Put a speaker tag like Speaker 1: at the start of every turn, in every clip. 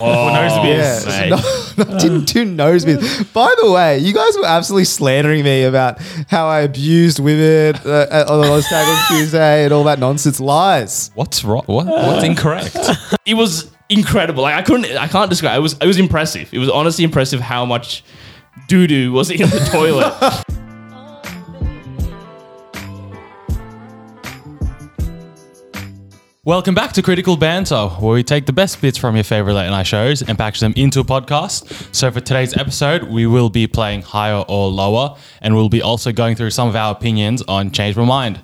Speaker 1: Oh,
Speaker 2: Yeah,
Speaker 1: mate.
Speaker 2: no, no, didn't do nosebleeds. By the way, you guys were absolutely slandering me about how I abused women uh, at- on the last tag on Tuesday and all that nonsense. Lies.
Speaker 3: What's wrong? What? What's incorrect?
Speaker 1: It was incredible. Like I couldn't, I can't describe. It was, it was impressive. It was honestly impressive how much doo doo was in the toilet.
Speaker 3: Welcome back to Critical Banter, where we take the best bits from your favorite late night shows and package them into a podcast. So for today's episode, we will be playing higher or lower, and we'll be also going through some of our opinions on Change My Mind.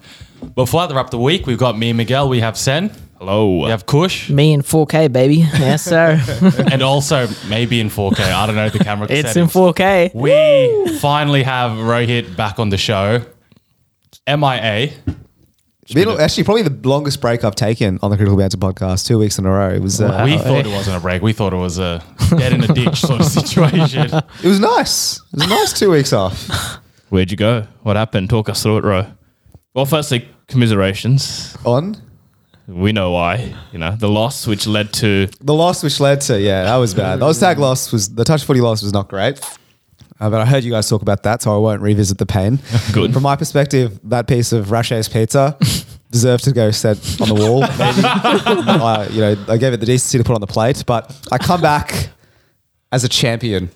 Speaker 3: But for that wrap the week, we've got me, Miguel, we have Sen,
Speaker 1: Hello.
Speaker 3: we have Kush,
Speaker 4: Me in 4K, baby. Yes, sir.
Speaker 3: and also maybe in 4K. I don't know the camera.
Speaker 4: it's in
Speaker 3: settings.
Speaker 4: 4K.
Speaker 3: We finally have Rohit back on the show. MIA.
Speaker 2: Middle, actually, probably the longest break I've taken on the Critical Banter podcast, two weeks in a row. It was uh,
Speaker 3: we thought it wasn't a break. We thought it was a dead in a ditch sort of situation.
Speaker 2: it was nice. It was a nice two weeks off.
Speaker 1: Where'd you go? What happened? Talk us through it, Ro. Well, firstly, commiserations.
Speaker 2: On
Speaker 1: We know why. You know the loss, which led to
Speaker 2: the loss, which led to yeah, that was bad. The tag loss was the touch footy loss was not great. Uh, but I heard you guys talk about that, so I won't revisit the pain.
Speaker 1: Good.
Speaker 2: From my perspective, that piece of Rashe's pizza deserved to go set on the wall. Maybe. I, you know, I gave it the decency to put on the plate, but I come back as a champion,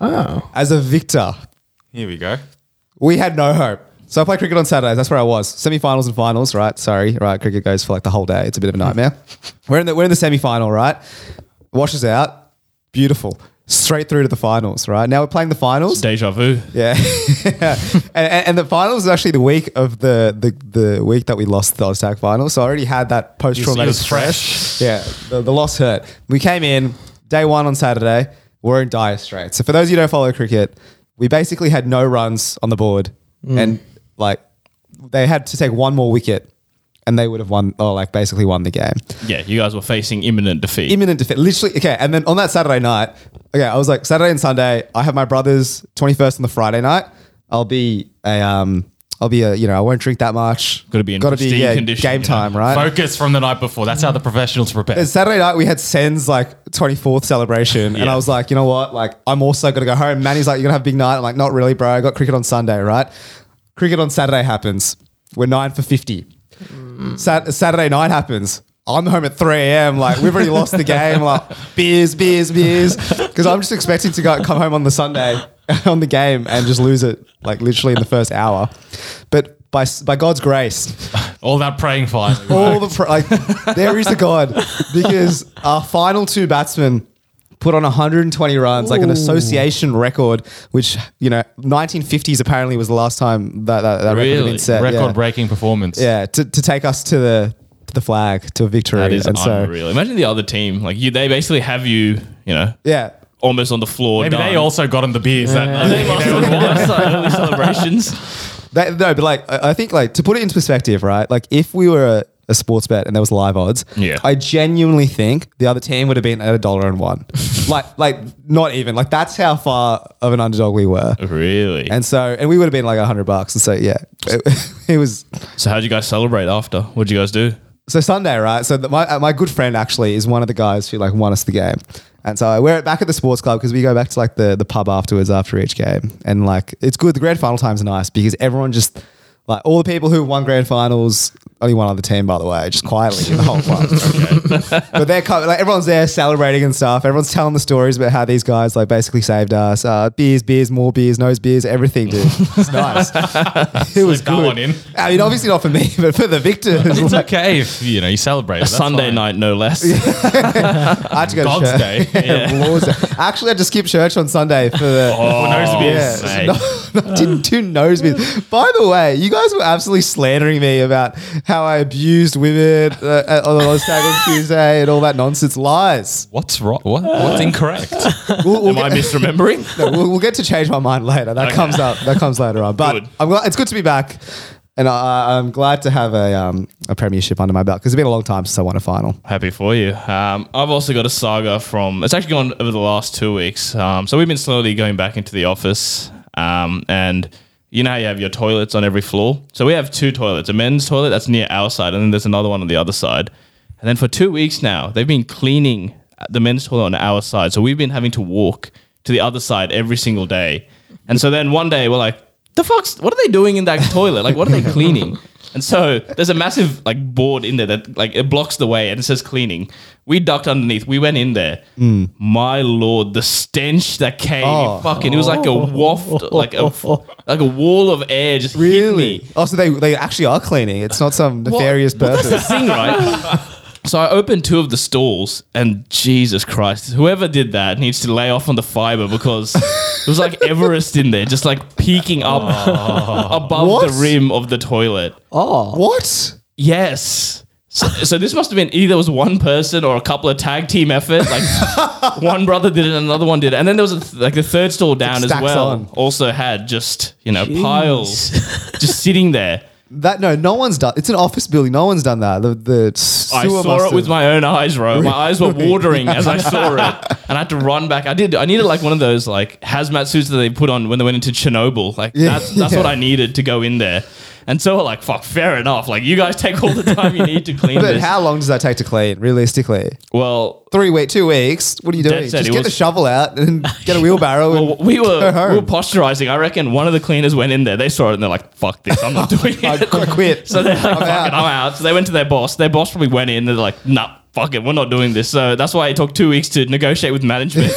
Speaker 4: Oh.
Speaker 2: as a victor.
Speaker 3: Here we go.
Speaker 2: We had no hope. So I play cricket on Saturdays. That's where I was. Semi-finals and finals, right? Sorry, right? Cricket goes for like the whole day. It's a bit of a nightmare. we're in the we're in the semi-final, right? Washes out. Beautiful. Straight through to the finals, right? Now we're playing the finals.
Speaker 1: deja vu.
Speaker 2: Yeah, and, and, and the finals is actually the week of the the, the week that we lost the Oztag final. So I already had that post
Speaker 3: It
Speaker 2: traumatic
Speaker 3: was
Speaker 2: stress.
Speaker 3: fresh.
Speaker 2: Yeah, the, the loss hurt. We came in day one on Saturday. We're in dire straits. So for those of you who don't follow cricket, we basically had no runs on the board,
Speaker 3: Mm.
Speaker 2: and like they had to take one more wicket, and they would have won, or like basically won the game
Speaker 1: Yeah, you guys were facing imminent defeat.
Speaker 2: imminent defeat. Literally, okay. And then on that Saturday night, okay, I was like Saturday and Sunday. I have my brother's twenty first on the Friday night. I'll be a um, I'll be a you know I won't drink that much.
Speaker 1: Gotta be in
Speaker 2: gotta
Speaker 1: pristine
Speaker 2: yeah,
Speaker 1: condition,
Speaker 2: Game
Speaker 1: you know.
Speaker 2: time, right?
Speaker 3: Focus from the night before. That's how the professionals prepare.
Speaker 2: And Saturday night we had Sen's like 24th celebration, and
Speaker 1: Yeah.
Speaker 2: I was like, you know what? Like, I'm also gonna go home. Manny's like, you're gonna have a big night. I'm like, not really, bro. I got cricket on Sunday, right? Cricket on Saturday happens. We're nine for 50. Sat- Saturday night happens. I'm home at 3 a.m. Like we've already lost the game. Like beers, beers, beers. Because I'm just expecting to go come home on the Sunday on the game and just lose it like literally in the first hour. But by s- by God's grace,
Speaker 3: All that praying finally.
Speaker 2: all the pro- like there is a god because our final two batsmen put on 120 runs like an association record which you know 1950s apparently was the last time that that, that record had
Speaker 1: Really?
Speaker 2: been set
Speaker 3: Record
Speaker 2: yeah.
Speaker 3: breaking performance.
Speaker 2: yeah to, to take us to the to the flag to a victory
Speaker 1: That is
Speaker 2: and so
Speaker 1: unreal. Imagine the other team. Like you, they basically have you. You know,
Speaker 2: yeah
Speaker 1: almost on the floor.
Speaker 3: Maybe
Speaker 1: done.
Speaker 3: they also got on the beers that
Speaker 1: They must have watched the early celebrations.
Speaker 2: That, no, but like I I think like to put it into perspective, right? Like if we were a, a sports bet and there was live odds,
Speaker 1: Yeah.
Speaker 2: I genuinely think the other team would have been at a dollar and one. like like not even. Like that's how far of an underdog we were.
Speaker 1: Really?
Speaker 2: And so and we would have been like a hundred bucks. And so yeah. It, it was
Speaker 1: so how'd you guys celebrate after? What'd you guys do?
Speaker 2: so Sunday, right? So the, my uh, my good friend actually is one of the guys who like won us the game, and so we're back at the sports club because we go back to like the the pub afterwards after each game, and like it's good. The grand final times are nice because everyone just like all the people who won grand finals. Only one other team, by the way, just quietly in the whole club. but they're co- like everyone's there celebrating and stuff. Everyone's telling the stories about how these guys like basically saved us. Uh, beers, beers, more beers, nose beers, everything, dude. It's nice. it was
Speaker 3: that
Speaker 2: good.
Speaker 3: one in.
Speaker 2: I mean, obviously not for me, but for the victors.
Speaker 3: It's
Speaker 2: like-
Speaker 3: okay if you know you celebrate. That's
Speaker 1: Sunday
Speaker 3: fine.
Speaker 1: night, no less.
Speaker 2: I had to go
Speaker 3: God's
Speaker 2: to church.
Speaker 3: day.
Speaker 2: Lord's Day. Actually, I had to skip church on Sunday for the.
Speaker 1: Oh.
Speaker 3: For nose
Speaker 2: yeah.
Speaker 3: beers.
Speaker 1: mate.
Speaker 2: No, no, didn't do nosebeers. By the way, you guys were absolutely slandering me about how I abused women uh, at- on the last tag on Tuesday and all that nonsense. Lies.
Speaker 3: What's wrong? What? What's incorrect?
Speaker 2: We'll, we'll
Speaker 1: Am I
Speaker 2: get,
Speaker 1: misremembering?
Speaker 2: no, we'll, we'll get to change my mind later. That comes up. That comes later on. But
Speaker 1: Good.
Speaker 2: I'm glad, it's good to be back, and I, I'm glad to have a um, a premiership under my belt because it's been a long time since I won a final.
Speaker 1: Happy for you. Um, I've also got a saga from. It's actually gone over the last two weeks. Um, so we've been slowly going back into the office, um, and you know how you have your toilets on every floor. So we have two toilets: a men's toilet that's near our side, and then there's another one on the other side. And then for two weeks now, they've been cleaning the men's toilet on our side. So we've been having to walk to the other side every single day. And so then one day we're like, the fuck's, what are they doing in that toilet? Like, what are they cleaning? And so there's a massive like board in there that like it blocks the way and it says cleaning. We ducked underneath. We went in there. My lord, the stench that came!
Speaker 2: Oh.
Speaker 1: Fucking, it was like a waft, like a like a wall of air just hit me.
Speaker 2: Oh, so they, they actually are cleaning. It's not some
Speaker 1: Well,
Speaker 2: nefarious
Speaker 1: well,
Speaker 2: purpose.
Speaker 1: That's the thing, right? so I opened two of the stalls, and Jesus Christ, whoever did that needs to lay off on the fiber because it was like Everest in there, just like peeking up above
Speaker 2: Oh. What?
Speaker 1: the rim of the toilet.
Speaker 4: Oh,
Speaker 2: what?
Speaker 1: Yes. So, so this must have been either it was one person or a couple of tag team effort. Like one brother did it, another one did it, and then there was a th- like the third stall down as
Speaker 2: stacks
Speaker 1: well.
Speaker 2: on.
Speaker 1: Also had just you know piles just sitting there.
Speaker 2: That no, no one's done. It's an office building. No one's done that. The the
Speaker 1: I
Speaker 2: sewer
Speaker 1: saw
Speaker 2: must
Speaker 1: it with
Speaker 2: have-
Speaker 1: my own eyes, bro. My eyes were watering as I saw it, and I had to run back. I did. I needed like one of those like hazmat suits that they put on when they went into Chernobyl. Like
Speaker 2: Yeah.
Speaker 1: that's, that's what I needed to go in there. And so we're like, fuck, fair enough. Like you guys take all the time you need to clean
Speaker 2: But
Speaker 1: this.
Speaker 2: how long does that take to clean? Realistically,
Speaker 1: well,
Speaker 2: three weeks, two weeks. What are you
Speaker 1: Dad
Speaker 2: doing? Just
Speaker 1: said it
Speaker 2: get the
Speaker 1: was-
Speaker 2: shovel out and get a wheelbarrow.
Speaker 1: well,
Speaker 2: and
Speaker 1: we were
Speaker 2: go home.
Speaker 1: we were posturizing. I reckon one of the cleaners went in there. They saw it and they're like, fuck this. I'm not doing it.
Speaker 2: I I quit.
Speaker 1: So they're like, fuck
Speaker 2: out.
Speaker 1: it, I'm out. So they went to their boss. Their boss probably went in and they're like, nah, fuck it, we're not doing this. So that's why it took two weeks to negotiate with management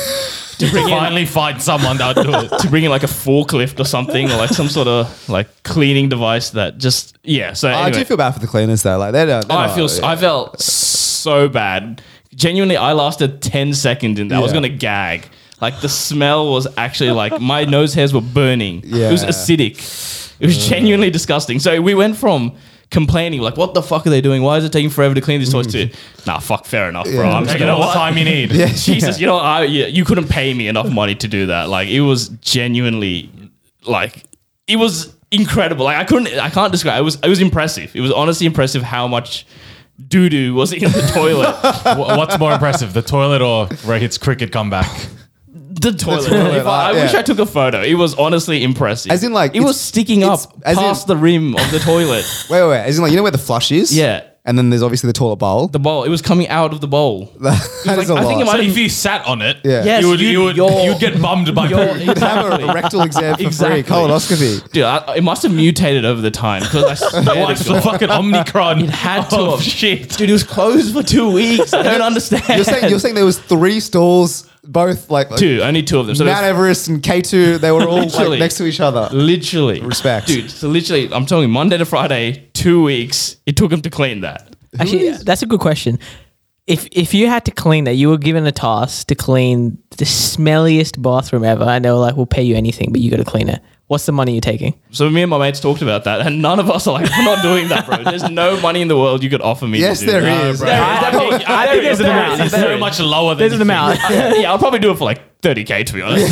Speaker 1: to bring in
Speaker 3: Finally, find someone that would do it.
Speaker 1: to bring in like a forklift or something or like some sort of like cleaning device that just yeah. So
Speaker 2: I do
Speaker 1: anyway.
Speaker 2: feel bad for the cleaners though. Like they don't.
Speaker 1: I feel s I I felt so bad. Genuinely, I lasted ten seconds in that. I was
Speaker 2: Yeah.
Speaker 1: gonna gag. Like the smell was actually like my nose hairs were burning. It was
Speaker 2: Yeah. Mm.
Speaker 1: acidic. It was genuinely disgusting. So we went from complaining like, "What the fuck are they doing? Why is it taking forever to clean these toys?"
Speaker 2: Mm.
Speaker 1: To nah, fuck, fair enough, bro. I'm just
Speaker 3: Take it
Speaker 1: gonna
Speaker 3: all the time you need. Yeah.
Speaker 1: Jesus, you know, I, yeah, you couldn't pay me enough money to do that. Like it was genuinely, like it was incredible. Like I couldn't, I can't describe. It was, it was impressive. It was honestly impressive how much doo doo was in the toilet.
Speaker 3: What's more impressive, the toilet or Rohit's cricket comeback?
Speaker 1: the toilet.
Speaker 2: toilet,
Speaker 1: If I, I
Speaker 2: uh,
Speaker 1: wish
Speaker 2: yeah.
Speaker 1: I took a photo. It was honestly impressive.
Speaker 2: As in, like,
Speaker 1: it was
Speaker 2: it's-
Speaker 1: sticking up
Speaker 2: it's- as in-
Speaker 1: past the rim of the toilet.
Speaker 2: Wait, wait, wait. Isn't like you know where the flush is?
Speaker 1: Yeah.
Speaker 2: And then there's obviously the toilet bowl.
Speaker 1: The bowl. It was coming out of the bowl.
Speaker 2: that
Speaker 1: like-
Speaker 2: is a
Speaker 1: I think
Speaker 2: lot.
Speaker 1: it might-
Speaker 3: So if you sat on it,
Speaker 2: Yeah.
Speaker 1: Yes,
Speaker 3: you would, you would,
Speaker 1: you're-
Speaker 3: you'd get bummed by
Speaker 1: You're-
Speaker 3: poo.
Speaker 2: have a rectal exam for
Speaker 1: Exactly.
Speaker 2: free. Colonoscopy.
Speaker 1: Dude, I, it must have mutated over the time because I
Speaker 2: Oh
Speaker 1: swear
Speaker 3: Like
Speaker 1: to
Speaker 3: the
Speaker 1: God.
Speaker 3: fucking Omicron. It
Speaker 1: had to
Speaker 3: Oh,
Speaker 1: have.
Speaker 3: shit.
Speaker 1: Dude, it was closed for two weeks. I don't understand.
Speaker 2: You're saying you're saying there was three stalls, both like
Speaker 1: two, only two of them. So
Speaker 2: Mount
Speaker 1: there's-
Speaker 2: Everest and K two. They were all like
Speaker 1: Literally.
Speaker 2: next to each other.
Speaker 1: literally,
Speaker 2: Respect.
Speaker 1: dude. So literally, I'm telling you, Monday to Friday, two weeks. It took him to clean that.
Speaker 4: actually, that's a good question. If if you had to clean that, you were given a task to clean the smelliest bathroom ever, and they were like, "We'll pay you anything, but you got to clean it." What's the money you're taking?
Speaker 1: So me and my mates talked about that, and none of us are like, we're not doing that, bro. There's no money in the world you could offer me.
Speaker 2: Yes,
Speaker 1: to do
Speaker 2: there
Speaker 1: that.
Speaker 2: is.
Speaker 1: There is.
Speaker 4: I- I think- I
Speaker 1: There
Speaker 4: think
Speaker 1: is.
Speaker 4: it's an
Speaker 1: There
Speaker 4: amount.
Speaker 1: is.
Speaker 4: It's
Speaker 3: It's
Speaker 1: There
Speaker 3: so
Speaker 1: is.
Speaker 3: much lower than
Speaker 4: There's
Speaker 3: you
Speaker 4: an amount.
Speaker 3: think.
Speaker 1: yeah, I'll probably do it for like 30k to be honest.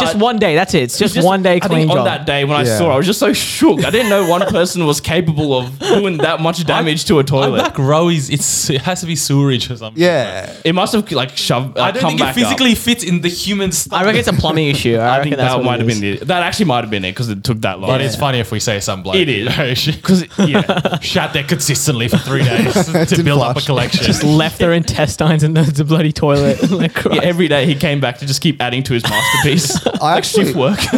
Speaker 4: just one day. That's it. It's just,
Speaker 1: Just-
Speaker 4: one day
Speaker 1: I think
Speaker 4: clean
Speaker 1: on
Speaker 4: job.
Speaker 1: that day when I
Speaker 2: Yeah.
Speaker 1: saw it, I was just so shook. I didn't know one person was capable of doing that much damage to a
Speaker 3: I'm
Speaker 1: toilet.
Speaker 3: like Rowie's. It's it has to be sewerage or something.
Speaker 2: Yeah.
Speaker 1: It must have like shoved. Uh,
Speaker 3: I don't
Speaker 1: come
Speaker 3: think it
Speaker 1: back up.
Speaker 3: physically fits in the human
Speaker 4: I
Speaker 3: stomach.
Speaker 4: reckon it's a plumbing issue. I,
Speaker 1: I
Speaker 4: reckon
Speaker 1: think
Speaker 4: that's
Speaker 1: that
Speaker 4: what
Speaker 1: might
Speaker 4: it
Speaker 1: have
Speaker 4: is.
Speaker 1: been it. That actually might have been it because it took that long.
Speaker 3: But it's funny if we say some bloke.
Speaker 1: It is.
Speaker 3: because
Speaker 1: yeah.
Speaker 3: shat there consistently for three days to
Speaker 2: Didn't
Speaker 3: build up a
Speaker 2: flush.
Speaker 3: collection.
Speaker 4: left their intestines in the, the bloody toilet. like,
Speaker 1: Yeah,
Speaker 4: Christ.
Speaker 1: every day he came back to just keep adding to his masterpiece.
Speaker 2: I actually
Speaker 1: Shift work.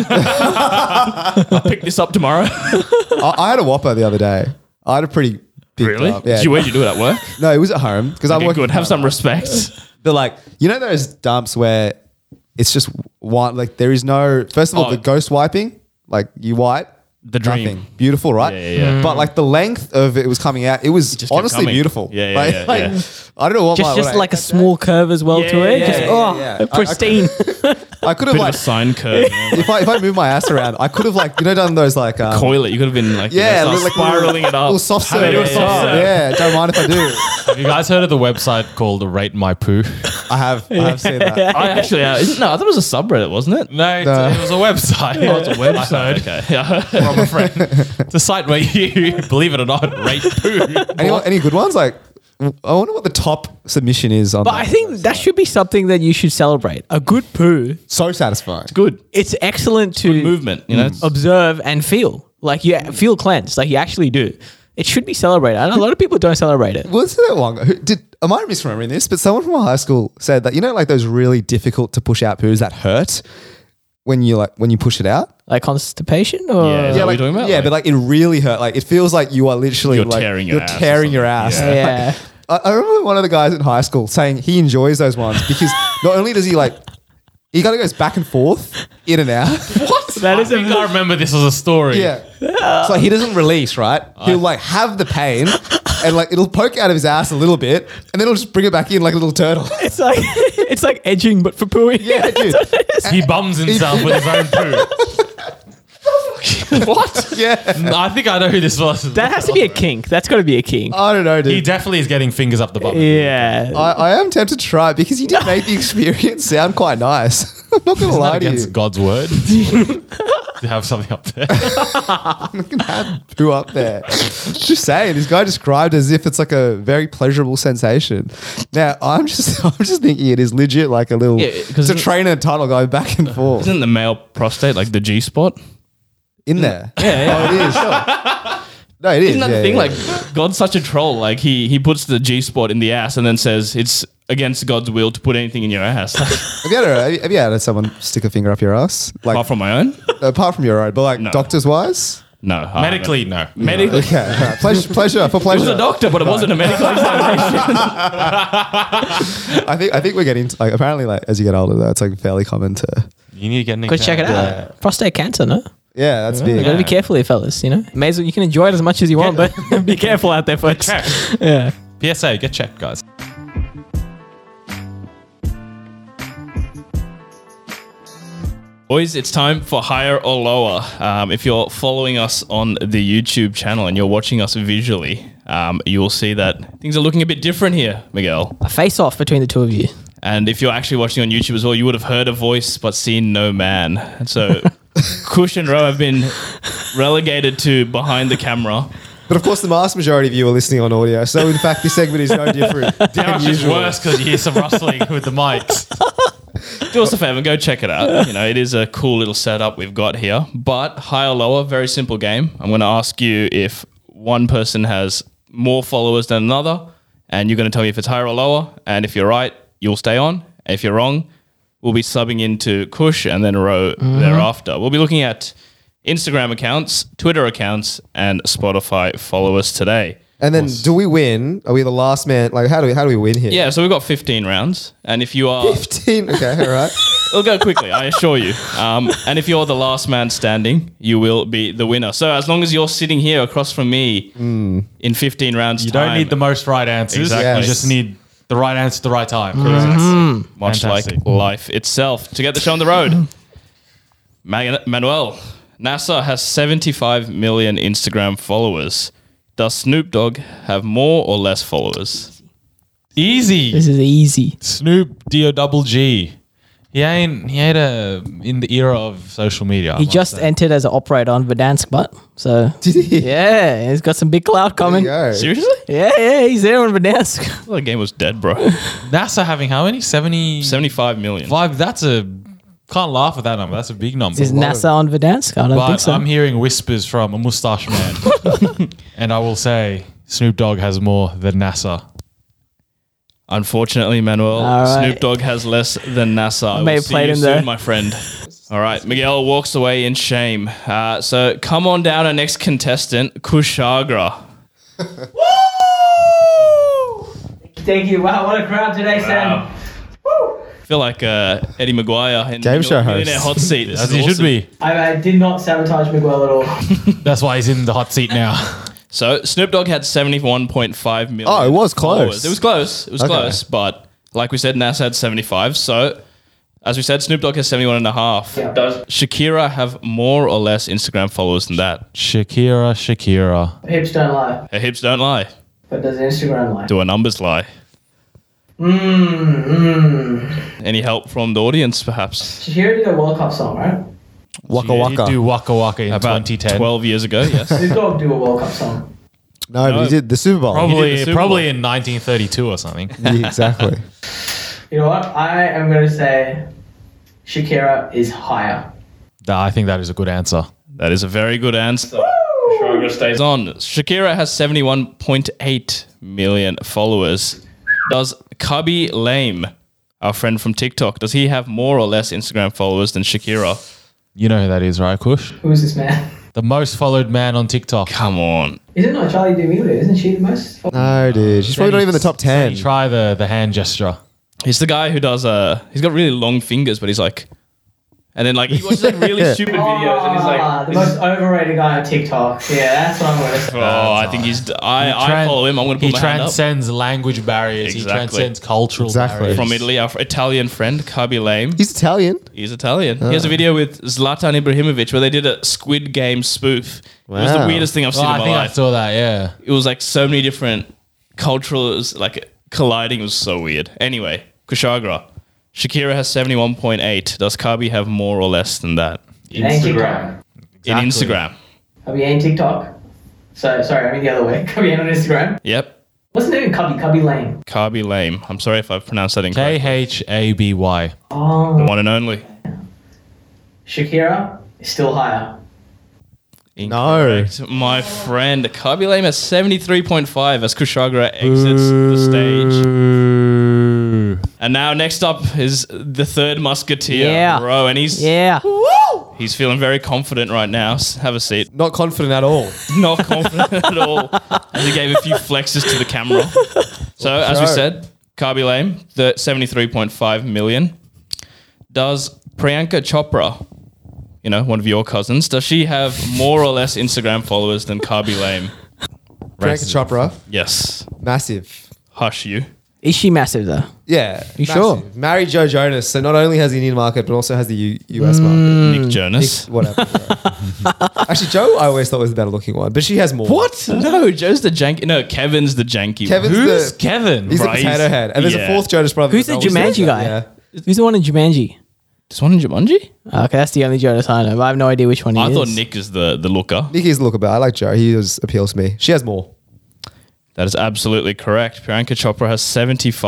Speaker 1: I'll pick this up tomorrow.
Speaker 2: I, I had a whopper the other day. I had a pretty big cup. Yeah.
Speaker 1: Did you, where'd you do it at work?
Speaker 2: no, it was at home because I
Speaker 1: Okay,
Speaker 2: work.
Speaker 1: good. Have some respect.
Speaker 2: But like, you know those dumps where it's just one like there is no first of all
Speaker 1: Oh.
Speaker 2: the ghost wiping, like you wipe.
Speaker 1: The dream.
Speaker 2: Beautiful, right?
Speaker 1: Yeah, yeah, yeah.
Speaker 2: But like the length of it was coming out, it was
Speaker 1: just kept
Speaker 2: honestly
Speaker 1: coming.
Speaker 2: beautiful.
Speaker 1: Yeah, yeah,
Speaker 2: like,
Speaker 1: yeah,
Speaker 2: like,
Speaker 1: yeah.
Speaker 2: I don't know what
Speaker 4: just
Speaker 2: my,
Speaker 4: just
Speaker 2: what
Speaker 4: like
Speaker 2: I,
Speaker 4: a small curve as well to
Speaker 1: Yeah,
Speaker 4: it.
Speaker 1: yeah,
Speaker 4: just
Speaker 1: yeah,
Speaker 4: oh,
Speaker 2: yeah, yeah.
Speaker 4: pristine.
Speaker 2: I could have
Speaker 1: Bit
Speaker 2: like
Speaker 1: of a sine curve. man.
Speaker 2: if I if I moved my ass around, I could have like you know done those like um,
Speaker 1: Coil it. You could have been like,
Speaker 2: yeah,
Speaker 1: yeah,
Speaker 2: like
Speaker 1: spiraling it up.
Speaker 2: little soft
Speaker 1: Have it
Speaker 2: serve.
Speaker 1: do a soft
Speaker 2: yeah,
Speaker 1: serve.
Speaker 2: yeah, don't mind if I do.
Speaker 3: Have you guys heard of the website called Rate My Poo?
Speaker 2: I have I have seen that.
Speaker 1: I actually, uh, isn't- no, I thought it was a subreddit, wasn't it?
Speaker 3: No, it's-
Speaker 2: No.
Speaker 3: it was a website. Oh, it's a website.
Speaker 1: Okay. Yeah.
Speaker 3: From a friend. It's a site where you, believe it or not, rate poo.
Speaker 2: Any, any good ones? Like I wonder what the top submission is on.
Speaker 4: But
Speaker 2: that.
Speaker 4: I think that should be something that you should celebrate. A good poo.
Speaker 2: so satisfying.
Speaker 1: Good.
Speaker 4: It's excellent to Hmm.
Speaker 1: Movement, you know? Oh, it's-
Speaker 4: observe and feel. Like you feel cleansed. Like you actually do. It should be celebrated. And a lot of people don't celebrate it.
Speaker 2: Was it that long? Who, did am I misremembering this? But someone from our high school said that you know, like those really difficult to push out poos that hurt when you like when you push it out.
Speaker 4: Like constipation or
Speaker 1: Yeah, is that what
Speaker 2: like,
Speaker 1: you're talking about?
Speaker 2: yeah, but like it really hurt. Like it feels like you are literally
Speaker 1: You're
Speaker 2: like,
Speaker 1: tearing your
Speaker 2: you're
Speaker 1: ass or
Speaker 2: tearing your ass.
Speaker 1: something.
Speaker 4: yeah.
Speaker 2: I, I remember one of the guys in high school saying he enjoys those ones because not only does he like, he kind of goes back and forth, in and out. what?
Speaker 4: That
Speaker 3: I
Speaker 4: is
Speaker 3: think
Speaker 4: a
Speaker 3: I remember this was a story.
Speaker 2: Yeah. So he doesn't release, right? He'll like have the pain and like it'll poke out of his ass a little bit and then it'll just bring it back in like a little turtle.
Speaker 4: it's like it's like edging but for pooing.
Speaker 2: Yeah, dude.
Speaker 3: He bums himself with his own poo. what?
Speaker 2: Yeah.
Speaker 3: I think I know who this was.
Speaker 4: That has to be a kink. That's got to be a kink.
Speaker 2: I don't know,
Speaker 3: he
Speaker 2: dude.
Speaker 3: definitely is getting fingers up the bum.
Speaker 4: yeah.
Speaker 2: I, I am tempted to try it because he did make the experience sound quite nice. I'm not going to
Speaker 3: Not
Speaker 2: lie to
Speaker 3: against
Speaker 2: you.
Speaker 3: God's word. to have something up there.
Speaker 2: Who up there? just saying, this guy described as if it's like a very pleasurable sensation. Now, I'm just I'm just thinking it is legit like a little
Speaker 1: Yeah,
Speaker 2: it's
Speaker 1: 'cause
Speaker 2: a
Speaker 1: it-
Speaker 2: train and a tunnel going back and forth
Speaker 1: Isn't the male prostate like the G spot?
Speaker 2: in there. Yeah, yeah. Oh, it is. Sure. No, it is.
Speaker 1: Isn't that
Speaker 2: yeah,
Speaker 1: the thing?
Speaker 2: yeah.
Speaker 1: Like God's such a troll. Like he he puts the G spot in the ass and then says it's against God's will to put anything in your ass.
Speaker 2: Have you, ever, have you- have you had someone stick a finger up your ass? Like uh,
Speaker 1: Apart from my own?
Speaker 2: apart from your own, but like
Speaker 1: No.
Speaker 2: doctors wise.
Speaker 1: No. I haven't.
Speaker 3: Medically, no.
Speaker 1: Medically.
Speaker 2: Okay, alright. pleasure, pleasure for
Speaker 1: I was a
Speaker 2: pleasure.
Speaker 1: doctor, but it wasn't a medical examination.
Speaker 2: I think I think we're getting like apparently like as you get older though, it's like fairly common to.
Speaker 3: You need to get an
Speaker 4: Go check it out.
Speaker 2: Yeah.
Speaker 4: Prostate cancer, no?
Speaker 2: Yeah, that's
Speaker 4: You
Speaker 2: big.
Speaker 4: gotta be careful here, fellas. You know, may as well, you can enjoy it as much as you want, but be careful out there, folks.
Speaker 3: Check.
Speaker 4: Yeah.
Speaker 3: PSA, get checked, guys.
Speaker 1: Boys, it's time for higher or lower. Um, if you're following us on the YouTube channel and you're watching us visually, um, you will see that things are looking a bit different here, Miguel.
Speaker 4: A face off between the two of you.
Speaker 1: And if you're actually watching on YouTube as well, you would have heard a voice but seen no man. And so Cush and Row have been relegated to behind the camera.
Speaker 2: But of course, the vast majority of you are listening on audio, so in fact, this segment is no different
Speaker 3: How
Speaker 2: than
Speaker 3: much is
Speaker 2: usual.
Speaker 3: worse because you hear some rustling with the mics?
Speaker 1: Do us a favor, go check it out. You know, it is a cool little setup we've got here. But high or lower, very simple game. I'm going to ask you if one person has more followers than another, and you're going to tell me if it's higher or lower. And if you're right, you'll stay on. If you're wrong, we'll be subbing into Kush and then Row thereafter. We'll be looking at Instagram accounts, Twitter accounts, and Spotify followers today.
Speaker 2: And then, do we win? Are we the last man? Like, how do we how do we win here?
Speaker 1: Yeah, so we've got 15 rounds, and if you are
Speaker 2: fifteen. Okay, all right.
Speaker 1: It'll go quickly, I assure you. Um, and if you're the last man standing, you will be the winner. So as long as you're sitting here across from me in 15 rounds,
Speaker 3: Hmm. You don't need the most right answers.
Speaker 1: Exactly.
Speaker 3: You just need the right answer at the right time.
Speaker 4: Mm-hmm.
Speaker 1: much
Speaker 3: Fantastic.
Speaker 1: like life itself. To get the show on the road, Man- Manuel NASA has 75 million Instagram followers. Does Snoop Dogg have more or less followers?
Speaker 3: Easy.
Speaker 4: This is easy.
Speaker 3: Snoop D O double G. He ain't he ain't a, in the era of social media.
Speaker 4: He just entered as an operator on Verdansk, but so
Speaker 2: Did he?
Speaker 4: yeah, he's got some big clout
Speaker 2: There
Speaker 4: coming.
Speaker 2: you go.
Speaker 1: Seriously?
Speaker 4: Yeah, yeah, he's there on Verdansk.
Speaker 1: I thought the game was dead, bro.
Speaker 4: e-
Speaker 3: NASA having how many? Seventy
Speaker 1: 75 million.
Speaker 3: five. That's a can't laugh at that number. That's a big number.
Speaker 4: Is NASA on Verdansk? I don't
Speaker 3: but
Speaker 4: think so.
Speaker 3: I'm hearing whispers from a mustache man, and I will say Snoop Dogg has more than NASA.
Speaker 1: Unfortunately, Manuel,
Speaker 4: All right.
Speaker 1: Snoop Dogg has less than NASA. I
Speaker 4: may
Speaker 1: will
Speaker 4: have
Speaker 1: see
Speaker 4: played
Speaker 1: you
Speaker 4: him
Speaker 1: soon,
Speaker 4: there.
Speaker 1: my friend. All right, Miguel walks away in shame. Uh, so come on down, our next contestant, Kushagra.
Speaker 4: Thank you. Wow, what a crowd today,
Speaker 1: Wow. I feel like uh, Eddie Maguire in
Speaker 2: Game show host.
Speaker 1: Millionaire Hot Seat. This
Speaker 3: As
Speaker 1: is
Speaker 3: he should
Speaker 1: awesome.
Speaker 3: be.
Speaker 4: I, I did not sabotage Miguel at all.
Speaker 3: That's why he's in the hot seat now.
Speaker 1: So Snoop Dogg had 71.5 million.
Speaker 2: Oh, it was close.
Speaker 1: followers. It was close. It was
Speaker 2: Okay.
Speaker 1: close. But like we said, NASA had 75. So as we said, Snoop Dogg has 71 and a half. Does Shakira have more or less Instagram followers than that?
Speaker 3: Shakira, Shakira.
Speaker 5: Hips don't lie,
Speaker 1: Her hips don't lie.
Speaker 5: but does Instagram lie?
Speaker 1: Do our numbers lie?
Speaker 5: Hmm.
Speaker 1: Any help from the audience, perhaps?
Speaker 5: Shakira did a World Cup song, right?
Speaker 2: Waka
Speaker 3: Yeah,
Speaker 2: waka.
Speaker 3: He do waka waka in
Speaker 1: About
Speaker 3: 2010.
Speaker 1: 12 years ago, yes.
Speaker 5: Did Dog do a World Cup song?
Speaker 2: no, but
Speaker 1: No.
Speaker 2: he did the Super Bowl.
Speaker 1: He did the
Speaker 3: Probably,
Speaker 1: Super
Speaker 3: probably in 1932 or something.
Speaker 2: Yeah, exactly.
Speaker 5: You know what? I am gonna say Shakira is higher.
Speaker 3: Nah, I think that is a good answer.
Speaker 1: that is a very good answer. Shakira stays on. Shakira has 71.8 million followers. Does Cubby Lame, our friend from TikTok, does he have more or less Instagram followers than Shakira?
Speaker 3: You know who that is, right, Kush?
Speaker 5: Who's this man?
Speaker 3: The most followed man on TikTok.
Speaker 1: Come on.
Speaker 5: Is it not Charlie D'Amelio? Isn't she the most?
Speaker 2: No, dude. She's probably not even in the top 10.
Speaker 3: Try the, the hand gesture.
Speaker 1: He's the guy who does uh he's got really long fingers, but he's like and then like he watches like really stupid videos and he's
Speaker 5: Ah,
Speaker 1: like
Speaker 5: the
Speaker 1: this
Speaker 5: most
Speaker 1: is-
Speaker 5: overrated guy on TikTok. Yeah, that's what I'm gonna
Speaker 1: Oh,
Speaker 5: say.
Speaker 1: I think he's. I, I
Speaker 3: Tran-
Speaker 1: follow him. I'm going to put
Speaker 3: He
Speaker 1: my hand up.
Speaker 3: transcends language barriers.
Speaker 1: Exactly.
Speaker 3: He transcends cultural
Speaker 2: Exactly.
Speaker 3: barriers.
Speaker 1: From Italy, our Italian friend, Kabi Lame.
Speaker 2: He's Italian.
Speaker 1: He's Italian. He has a video with Zlatan Ibrahimovic where they did a Squid Game spoof. It was the
Speaker 2: Wow.
Speaker 1: weirdest thing I've
Speaker 3: Oh,
Speaker 1: seen
Speaker 3: I
Speaker 1: in my
Speaker 3: think I
Speaker 1: life.
Speaker 3: saw that, yeah.
Speaker 1: It was like so many different cultures like colliding. It was so weird. Anyway, Kushagra. Shakira has 71.8. Does Kabi have more or less than that
Speaker 5: It ain't TikTok.
Speaker 1: in
Speaker 3: Exactly.
Speaker 1: Instagram?
Speaker 5: Cubby ain't TikTok. So sorry, I mean the other way. Cubby ain't on Instagram.
Speaker 1: Yep.
Speaker 5: What's the name? of Cubby. Cubby Lane.
Speaker 1: Kabi Lame. I'm sorry if I've pronounced that incorrectly.
Speaker 3: K H A B Y.
Speaker 5: Oh,
Speaker 1: One and only.
Speaker 5: Shakira is still higher.
Speaker 1: Incorrect. My friend, Kabi Lame has 73.5 as Kushagra exits the stage.
Speaker 3: Ooh.
Speaker 1: And now next up is the third musketeer,
Speaker 4: Yeah.
Speaker 1: bro, and he's
Speaker 4: Yeah.
Speaker 1: he's feeling very confident right now. S- Have a seat.
Speaker 2: Not confident at all.
Speaker 1: Not confident at all. And he gave a few flexes to the camera. So as we
Speaker 2: Sure.
Speaker 1: said, Carby Lame, the seventy-three point five million. Does Priyanka Chopra, you know, one of your cousins, does she have more or less Instagram followers than Carby Lame?
Speaker 2: Priyanka Chopra,
Speaker 1: Yes.
Speaker 2: massive.
Speaker 1: Hush you.
Speaker 4: Is she massive though?
Speaker 2: Yeah.
Speaker 4: You sure?
Speaker 2: Married Joe Jonas. So not only has the Indian market, but also has the U- US market.
Speaker 1: Nick Jonas.
Speaker 2: Whatever. bro. Actually, Joe, I always thought was the better looking one, but she has more.
Speaker 1: What? No, Joe's the janky. No, Kevin's the janky. one.
Speaker 2: Kevin's
Speaker 3: Who's
Speaker 2: the,
Speaker 3: Kevin?
Speaker 2: He's the
Speaker 1: Right.
Speaker 2: potato head. And there's
Speaker 1: Yeah.
Speaker 2: a fourth Jonas brother.
Speaker 4: Who's the
Speaker 2: that no one
Speaker 4: Jumanji
Speaker 2: says
Speaker 4: guy?
Speaker 2: that, yeah.
Speaker 4: Who's the one in Jumanji?
Speaker 1: This one in Jumanji?
Speaker 4: Okay, that's the only Jonas I know. But I have no idea which one he
Speaker 1: I
Speaker 4: is.
Speaker 1: thought Nick is the, the looker.
Speaker 2: Nikki's look about. I like Joe. He is, appeals to me. She has more.
Speaker 1: That is absolutely correct. Priyanka Chopra has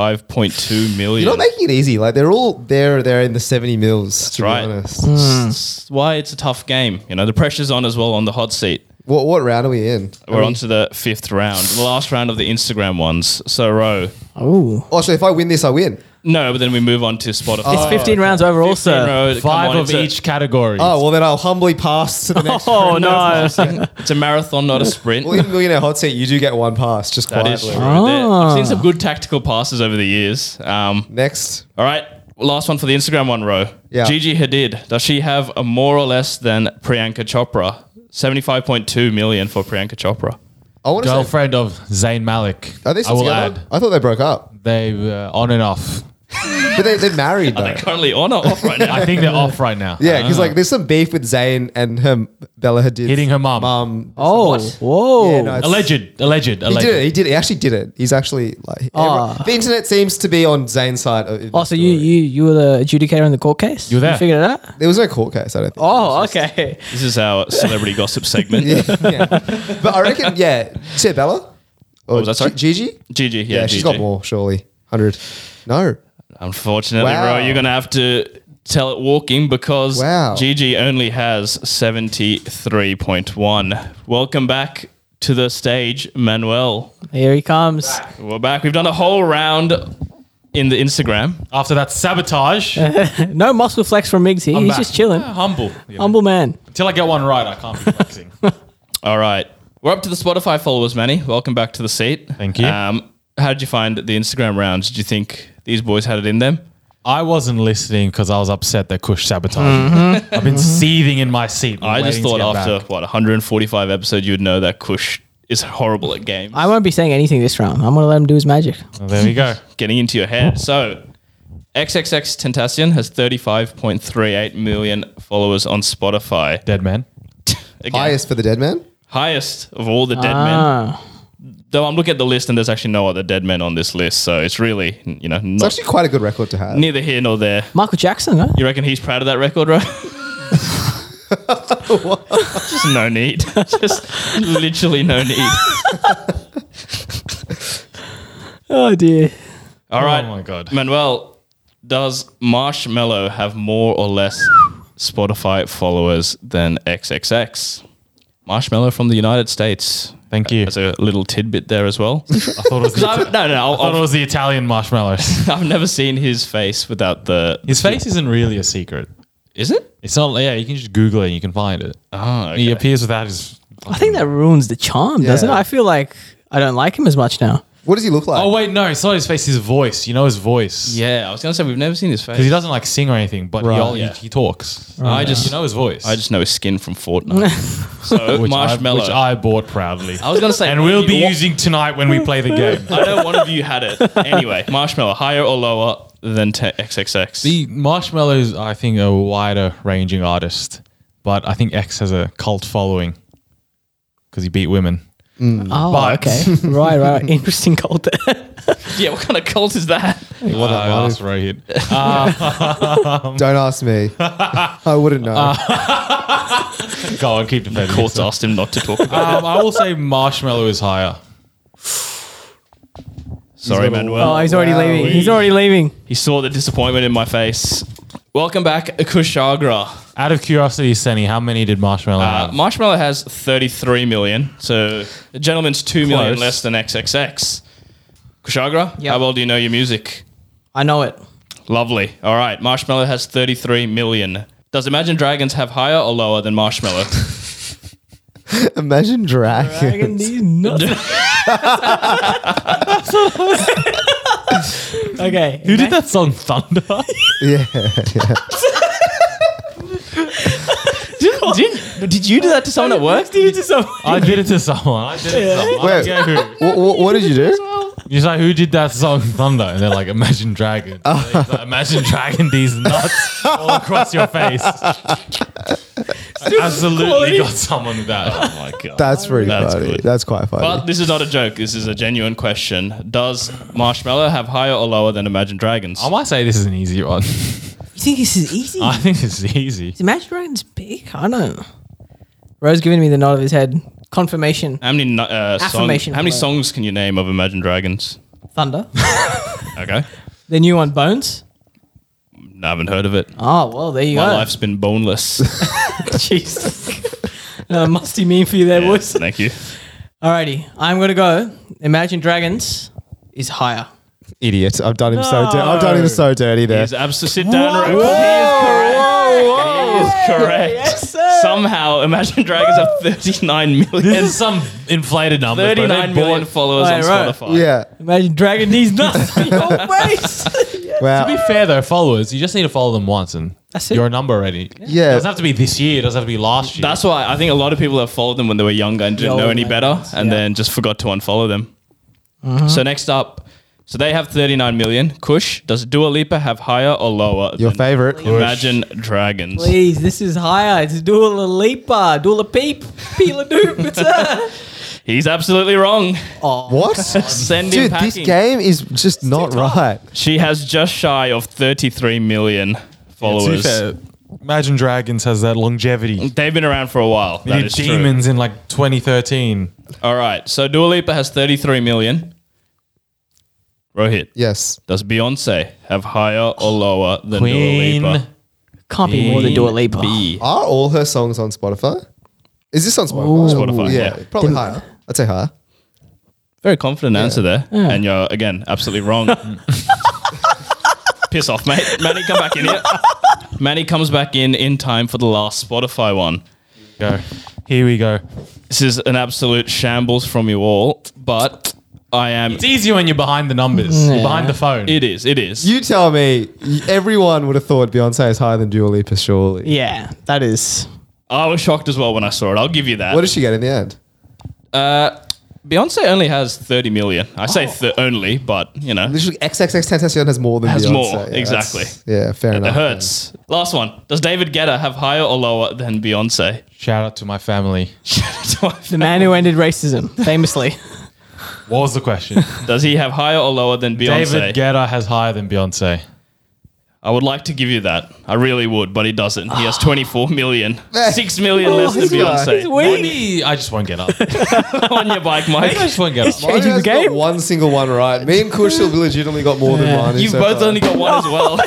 Speaker 1: 75.2 million.
Speaker 2: You're not making it easy. Like they're all there. They're in the seventy mils. to
Speaker 1: right.
Speaker 2: be honest.
Speaker 1: That's why it's a tough game. You know, the pressure's on as well on the hot seat.
Speaker 2: What what round are we in?
Speaker 1: We're on to the fifth round, the last round of the Instagram ones. So, Ro.
Speaker 4: Oh,
Speaker 2: Oh, so if I win this, I win.
Speaker 1: No, but then we move on to Spotify.
Speaker 4: it's 15 rounds overall, sir.
Speaker 1: Ro, come
Speaker 3: Five
Speaker 1: on,
Speaker 3: of
Speaker 1: it's a-
Speaker 3: each category.
Speaker 2: Oh well, then I'll humbly pass to the next.
Speaker 4: Oh
Speaker 2: round.
Speaker 4: no.
Speaker 1: It's a marathon, not a sprint.
Speaker 2: Well, in millionaire hot seat, you do get one pass. Just
Speaker 1: that
Speaker 2: quietly.
Speaker 1: is true. There- I've seen some good tactical passes over the years. Um,
Speaker 2: Next,
Speaker 1: All right. Last one for the Instagram one, Ro.
Speaker 2: Yeah.
Speaker 1: Gigi Hadid. Does she have a more or less than Priyanka Chopra? 75.2 million for Priyanka Chopra.
Speaker 2: I want to say.
Speaker 3: Girlfriend of Zayn Malik.
Speaker 2: Are they
Speaker 3: I
Speaker 2: still
Speaker 3: will
Speaker 2: together?
Speaker 3: add.
Speaker 2: I thought they broke up,
Speaker 3: They were on and off.
Speaker 2: but they, they're married though.
Speaker 1: Currently on or off right now?
Speaker 3: I think they're off right now.
Speaker 2: Yeah, because like there's some beef with Zayn and her Bella Hadid
Speaker 3: Ah. Hitting her mum.
Speaker 2: Mum.
Speaker 4: Oh, whoa.
Speaker 2: Yeah, no, it's-
Speaker 3: Uh, Alleged. Alleged.
Speaker 2: He
Speaker 3: Alleged.
Speaker 2: did it. He did it. He actually did it. He's actually like
Speaker 4: Ah.
Speaker 2: everyone- the internet seems to be on Zayn's side. Of,
Speaker 4: oh, so you, you you were the adjudicator in the court case?
Speaker 3: You were there.
Speaker 4: figured it out?
Speaker 2: There was no court case. I don't think.
Speaker 4: Oh, okay.
Speaker 1: This is our celebrity gossip segment.
Speaker 2: yeah. But I reckon, yeah, say Bella. Or
Speaker 1: was that, sorry?
Speaker 2: G- Gigi?
Speaker 1: Gigi. Yeah,
Speaker 2: Yeah,
Speaker 1: Gigi.
Speaker 2: she's got more, surely. 100. No.
Speaker 1: Unfortunately,
Speaker 2: Wow.
Speaker 1: Ro, you're going to have to tell it walking because
Speaker 2: Wow.
Speaker 1: Gigi only has 73.1. Welcome back to the stage, Manuel.
Speaker 4: Here he comes.
Speaker 1: We're back. We've done a whole round in the Instagram.
Speaker 3: After that sabotage,
Speaker 4: No muscle flex from Miggs here.
Speaker 3: I'm
Speaker 4: He's
Speaker 3: back.
Speaker 4: just chilling.
Speaker 3: humble. you know.
Speaker 4: Humble man.
Speaker 3: Until I get one right, I can't be flexing.
Speaker 1: All right. We're up to the Spotify followers, Manny. Welcome back to the seat.
Speaker 3: Thank you.
Speaker 1: Um, how did you find the Instagram rounds? Did you think these boys had it in them?
Speaker 3: I wasn't listening because I was upset that Kush sabotaged me.
Speaker 2: Mm-hmm.
Speaker 3: I've been seething in my seat.
Speaker 1: I just
Speaker 3: waiting to
Speaker 1: thought
Speaker 3: get
Speaker 1: after,
Speaker 3: back.
Speaker 1: what, 145 episodes, you would know that Kush is horrible at games.
Speaker 4: I won't be saying anything this round. I'm gonna let him do his magic.
Speaker 3: Well, Oh, there we go.
Speaker 1: Getting into your head. So, XXX Tentacion has 35.38 million followers on Spotify.
Speaker 3: Dead man.
Speaker 1: Again,
Speaker 2: Highest for the dead man?
Speaker 1: highest of all the dead men.
Speaker 4: Ah.
Speaker 1: Though I'm looking at the list and there's actually no other dead men on this list. So, it's really, you know,
Speaker 2: It's
Speaker 1: not
Speaker 2: actually quite a good record to have.
Speaker 1: neither here nor there.
Speaker 4: Michael Jackson, huh?
Speaker 1: You reckon he's proud of that record, right? Just no need. Just literally no need.
Speaker 4: Oh dear.
Speaker 1: All right.
Speaker 3: Oh my God.
Speaker 1: Manuel, does Marshmallow have more or less Spotify followers than XXX? marshmallow from the United States.
Speaker 3: Thank you.
Speaker 1: That's a little tidbit there as well.
Speaker 3: I thought it was
Speaker 1: 'Cause
Speaker 3: the,
Speaker 1: I've, no, no, I'll,
Speaker 3: thought it
Speaker 1: I'll,
Speaker 3: was the Italian marshmallows.
Speaker 1: I've never seen his face without the.
Speaker 3: His face isn't really a secret.
Speaker 1: Is it?
Speaker 3: It's not. Yeah, you can just Google it and you can find it.
Speaker 1: Oh, okay.
Speaker 3: He appears without his.
Speaker 4: I think that ruins the charm, doesn't it?
Speaker 2: Yeah.
Speaker 4: I feel like I don't like him as much now.
Speaker 2: What does he look like?
Speaker 3: Oh wait, no, it's not his face. His voice. You know his voice.
Speaker 1: Yeah, I was gonna say we've never seen his
Speaker 3: Because he
Speaker 1: face.
Speaker 3: doesn't like sing or anything, but
Speaker 2: Right.
Speaker 3: he, all,
Speaker 1: Yeah.
Speaker 3: he, he talks.
Speaker 1: I just,
Speaker 3: You know his voice.
Speaker 1: I just know his skin from Fortnite. so
Speaker 3: which
Speaker 1: marshmallow.
Speaker 3: I, which I bought proudly.
Speaker 1: I was gonna say,
Speaker 3: and we'll be
Speaker 1: wa-
Speaker 3: using tonight when we play the game.
Speaker 1: I know one of you had it. Anyway, marshmallow higher or lower than te- XXX?
Speaker 3: The marshmallows, I think, are a wider ranging artist, but I think X has a cult following because he beat women.
Speaker 4: Oh,
Speaker 3: But-
Speaker 4: okay. right, right. Interesting cult.
Speaker 1: yeah, what kind of cult is that?
Speaker 3: What I asked Rohit.
Speaker 2: Don't ask me. I wouldn't know.
Speaker 4: Uh.
Speaker 3: Go on, keep defending.
Speaker 1: Courts
Speaker 3: yourself.
Speaker 1: asked him not to talk. About.
Speaker 3: Um, I will say marshmallow is higher.
Speaker 1: Sorry,
Speaker 4: oh,
Speaker 1: Manuel.
Speaker 4: he's already
Speaker 2: wow.
Speaker 4: leaving. He's already leaving.
Speaker 1: he saw the disappointment in my face. Welcome back, Kushagra.
Speaker 3: Out of curiosity, Senny, how many did marshmallow
Speaker 1: Uh,
Speaker 3: have?
Speaker 1: marshmallow has 33 million, so the gentleman's two million less
Speaker 3: Close.
Speaker 1: than XXX. Kushagra,
Speaker 4: Yep.
Speaker 1: how well do you know your music?
Speaker 4: I know it.
Speaker 1: Lovely. All right, Marshmallow has 33 million. Does Imagine Dragons have higher or lower than Marshmallow?
Speaker 2: Imagine dragon.
Speaker 4: okay.
Speaker 3: Who did that song Thunder?
Speaker 2: yeah.
Speaker 1: did, did you do that to someone at work?
Speaker 4: Did you to someone?
Speaker 3: I did it to someone. I did it to someone. I
Speaker 2: Wait.
Speaker 3: don't care who.
Speaker 2: what, what, what did you do?
Speaker 3: He's like, who did that song Thunder? And they're like, Imagine Dragon.
Speaker 2: Oh.
Speaker 3: He's like, Imagine Dragon these nuts all across your face. I absolutely got someone with that.
Speaker 1: Oh my god.
Speaker 2: That's pretty
Speaker 1: That's
Speaker 2: funny.
Speaker 1: good.
Speaker 2: That's quite funny.
Speaker 1: but this is not a joke. This is a genuine question. Does Marshmallow have higher or lower than Imagine Dragons?
Speaker 3: I might say this is an easy one.
Speaker 4: You think this is easy?
Speaker 3: I think this is easy.
Speaker 4: is Imagine Dragons big? I don't know. Rose giving me the nod of his head. Confirmation.
Speaker 1: How many nu- uh, songs?
Speaker 4: Affirmation
Speaker 1: How many
Speaker 4: below.
Speaker 1: songs can you name of Imagine Dragons?
Speaker 4: Thunder.
Speaker 1: Okay,
Speaker 4: the new one, Bones.
Speaker 1: I haven't heard of it.
Speaker 4: Oh, well, there you
Speaker 1: My
Speaker 4: go.
Speaker 1: life's been boneless.
Speaker 4: Jesus. Another musty meme for you there, boys.
Speaker 1: Thank you.
Speaker 4: Alrighty. I'm going to go. Imagine Dragons is higher.
Speaker 2: Idiot. I've done him so dirty. I've done him so dirty there.
Speaker 1: He's absolutely sit down. Whoa, he is correct. He is correct.
Speaker 4: Yes, sir.
Speaker 1: Somehow, Imagine Dragons have 39
Speaker 3: This
Speaker 1: million.
Speaker 3: is some inflated number. bro. They
Speaker 1: 39 million
Speaker 3: bought-
Speaker 1: followers on
Speaker 4: Wait, right.
Speaker 1: Spotify.
Speaker 2: yeah.
Speaker 4: Imagine Dragon these nuts. in your face.
Speaker 3: To be
Speaker 2: Wow.
Speaker 3: fair though, followers, you just need to follow them once and
Speaker 4: That's it.
Speaker 3: you're a number already. It
Speaker 2: Yeah.
Speaker 3: doesn't have to be this year, it doesn't have to be last year.
Speaker 1: That's why I think a lot of people have followed them when they were younger and didn't
Speaker 4: The
Speaker 1: know
Speaker 4: old
Speaker 1: any
Speaker 4: ones,
Speaker 1: better and
Speaker 4: yeah.
Speaker 1: then just forgot to unfollow them. So next up, so they have 39 million. Kush, does Dua Lipa have higher or lower
Speaker 2: Your
Speaker 1: than
Speaker 2: favorite.
Speaker 1: Imagine Dragons?
Speaker 4: Please, this is higher. It's Dula Lipa, Dula Peep, Pila Doop. It's her.
Speaker 1: He's absolutely wrong.
Speaker 2: What?
Speaker 1: Send him
Speaker 2: Dude,
Speaker 1: packing.
Speaker 2: this game is just not right.
Speaker 1: She has just shy of 33 million followers.
Speaker 3: Imagine Dragons has that longevity.
Speaker 1: They've been around for a while.
Speaker 3: They
Speaker 1: That
Speaker 3: did
Speaker 1: is
Speaker 3: demons in like 2013.
Speaker 1: true. All right. So Dua Lipa has 33 million. Rohit,
Speaker 2: Yes.
Speaker 1: does Beyonce have higher or lower than
Speaker 3: Queen.
Speaker 1: Dua Lipa?
Speaker 4: Can't be more than Dua Lipa.
Speaker 1: B.
Speaker 2: Are all her songs on Spotify? Is this on Spotify?
Speaker 1: Spotify, yeah.
Speaker 2: Probably higher. I'd say higher.
Speaker 1: Very confident answer there. And you're, again, absolutely wrong. Piss off, mate. Manny, come back in here. Manny comes back in in time for the last Spotify one.
Speaker 3: Go. Here we go.
Speaker 1: This is an absolute shambles from you all, but I am.
Speaker 3: It's easier when you're behind the numbers. You're behind the phone.
Speaker 1: It is. It is.
Speaker 2: You tell me, everyone would have thought Beyonce is higher than Dua Lipa, surely.
Speaker 4: Yeah, that is.
Speaker 1: I was shocked as well when I saw it. I'll give you that.
Speaker 2: What did she get in the end?
Speaker 1: Uh, Beyonce only has 30 million. I
Speaker 2: Oh.
Speaker 1: say th- only, but you know,
Speaker 2: Literally, XXXTentacion has more than
Speaker 1: Has
Speaker 2: Beyonce.
Speaker 1: more,
Speaker 2: Yeah, that's-
Speaker 1: exactly.
Speaker 2: Yeah, fair
Speaker 1: it
Speaker 2: enough.
Speaker 1: hurts. Last one. Does David Guetta have higher or lower than Beyonce?
Speaker 3: Shout out to my family.
Speaker 4: The man who ended racism, famously.
Speaker 3: What was the question?
Speaker 1: Does he have higher or lower than Beyonce?
Speaker 3: David Guetta has higher than Beyonce.
Speaker 1: I would like to give you that. I really would, but he doesn't. He has 24 million. 6 million less than
Speaker 2: Ah. Oh, he's right.
Speaker 1: Beyonce.
Speaker 4: Wait.
Speaker 3: Maybe I just won't get up. I
Speaker 1: On your bike, Mike.
Speaker 3: just won't get up.
Speaker 2: Mine
Speaker 4: Changing the
Speaker 2: has got
Speaker 4: game?
Speaker 2: one single one right. Me and Kush have legitimately got more than one. in
Speaker 1: You've
Speaker 2: so
Speaker 1: both
Speaker 2: far.
Speaker 1: only got one as well.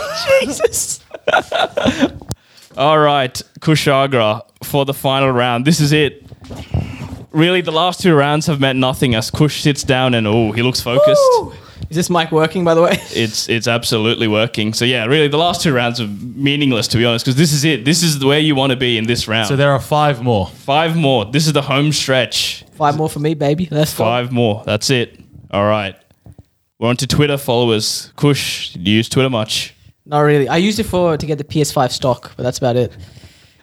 Speaker 4: Jesus.
Speaker 1: All right, Kushagra, for the final round. This is it. Really, the last two rounds have meant nothing as Kush sits down and oh, he looks focused.
Speaker 4: Woo! Is this mic working, by the way?
Speaker 1: It's it's absolutely working. So yeah, really, the last two rounds are meaningless to be honest, because this is it. This is where you want to be in this round.
Speaker 3: So there are five more.
Speaker 1: five more. This is the home stretch.
Speaker 4: Five more for me, baby. Let's go.
Speaker 1: Five more. That's it. All right. We're on to Twitter followers. Kush, do you use Twitter much?
Speaker 4: Not really. I used it for to get the PS5 stock, but that's about it.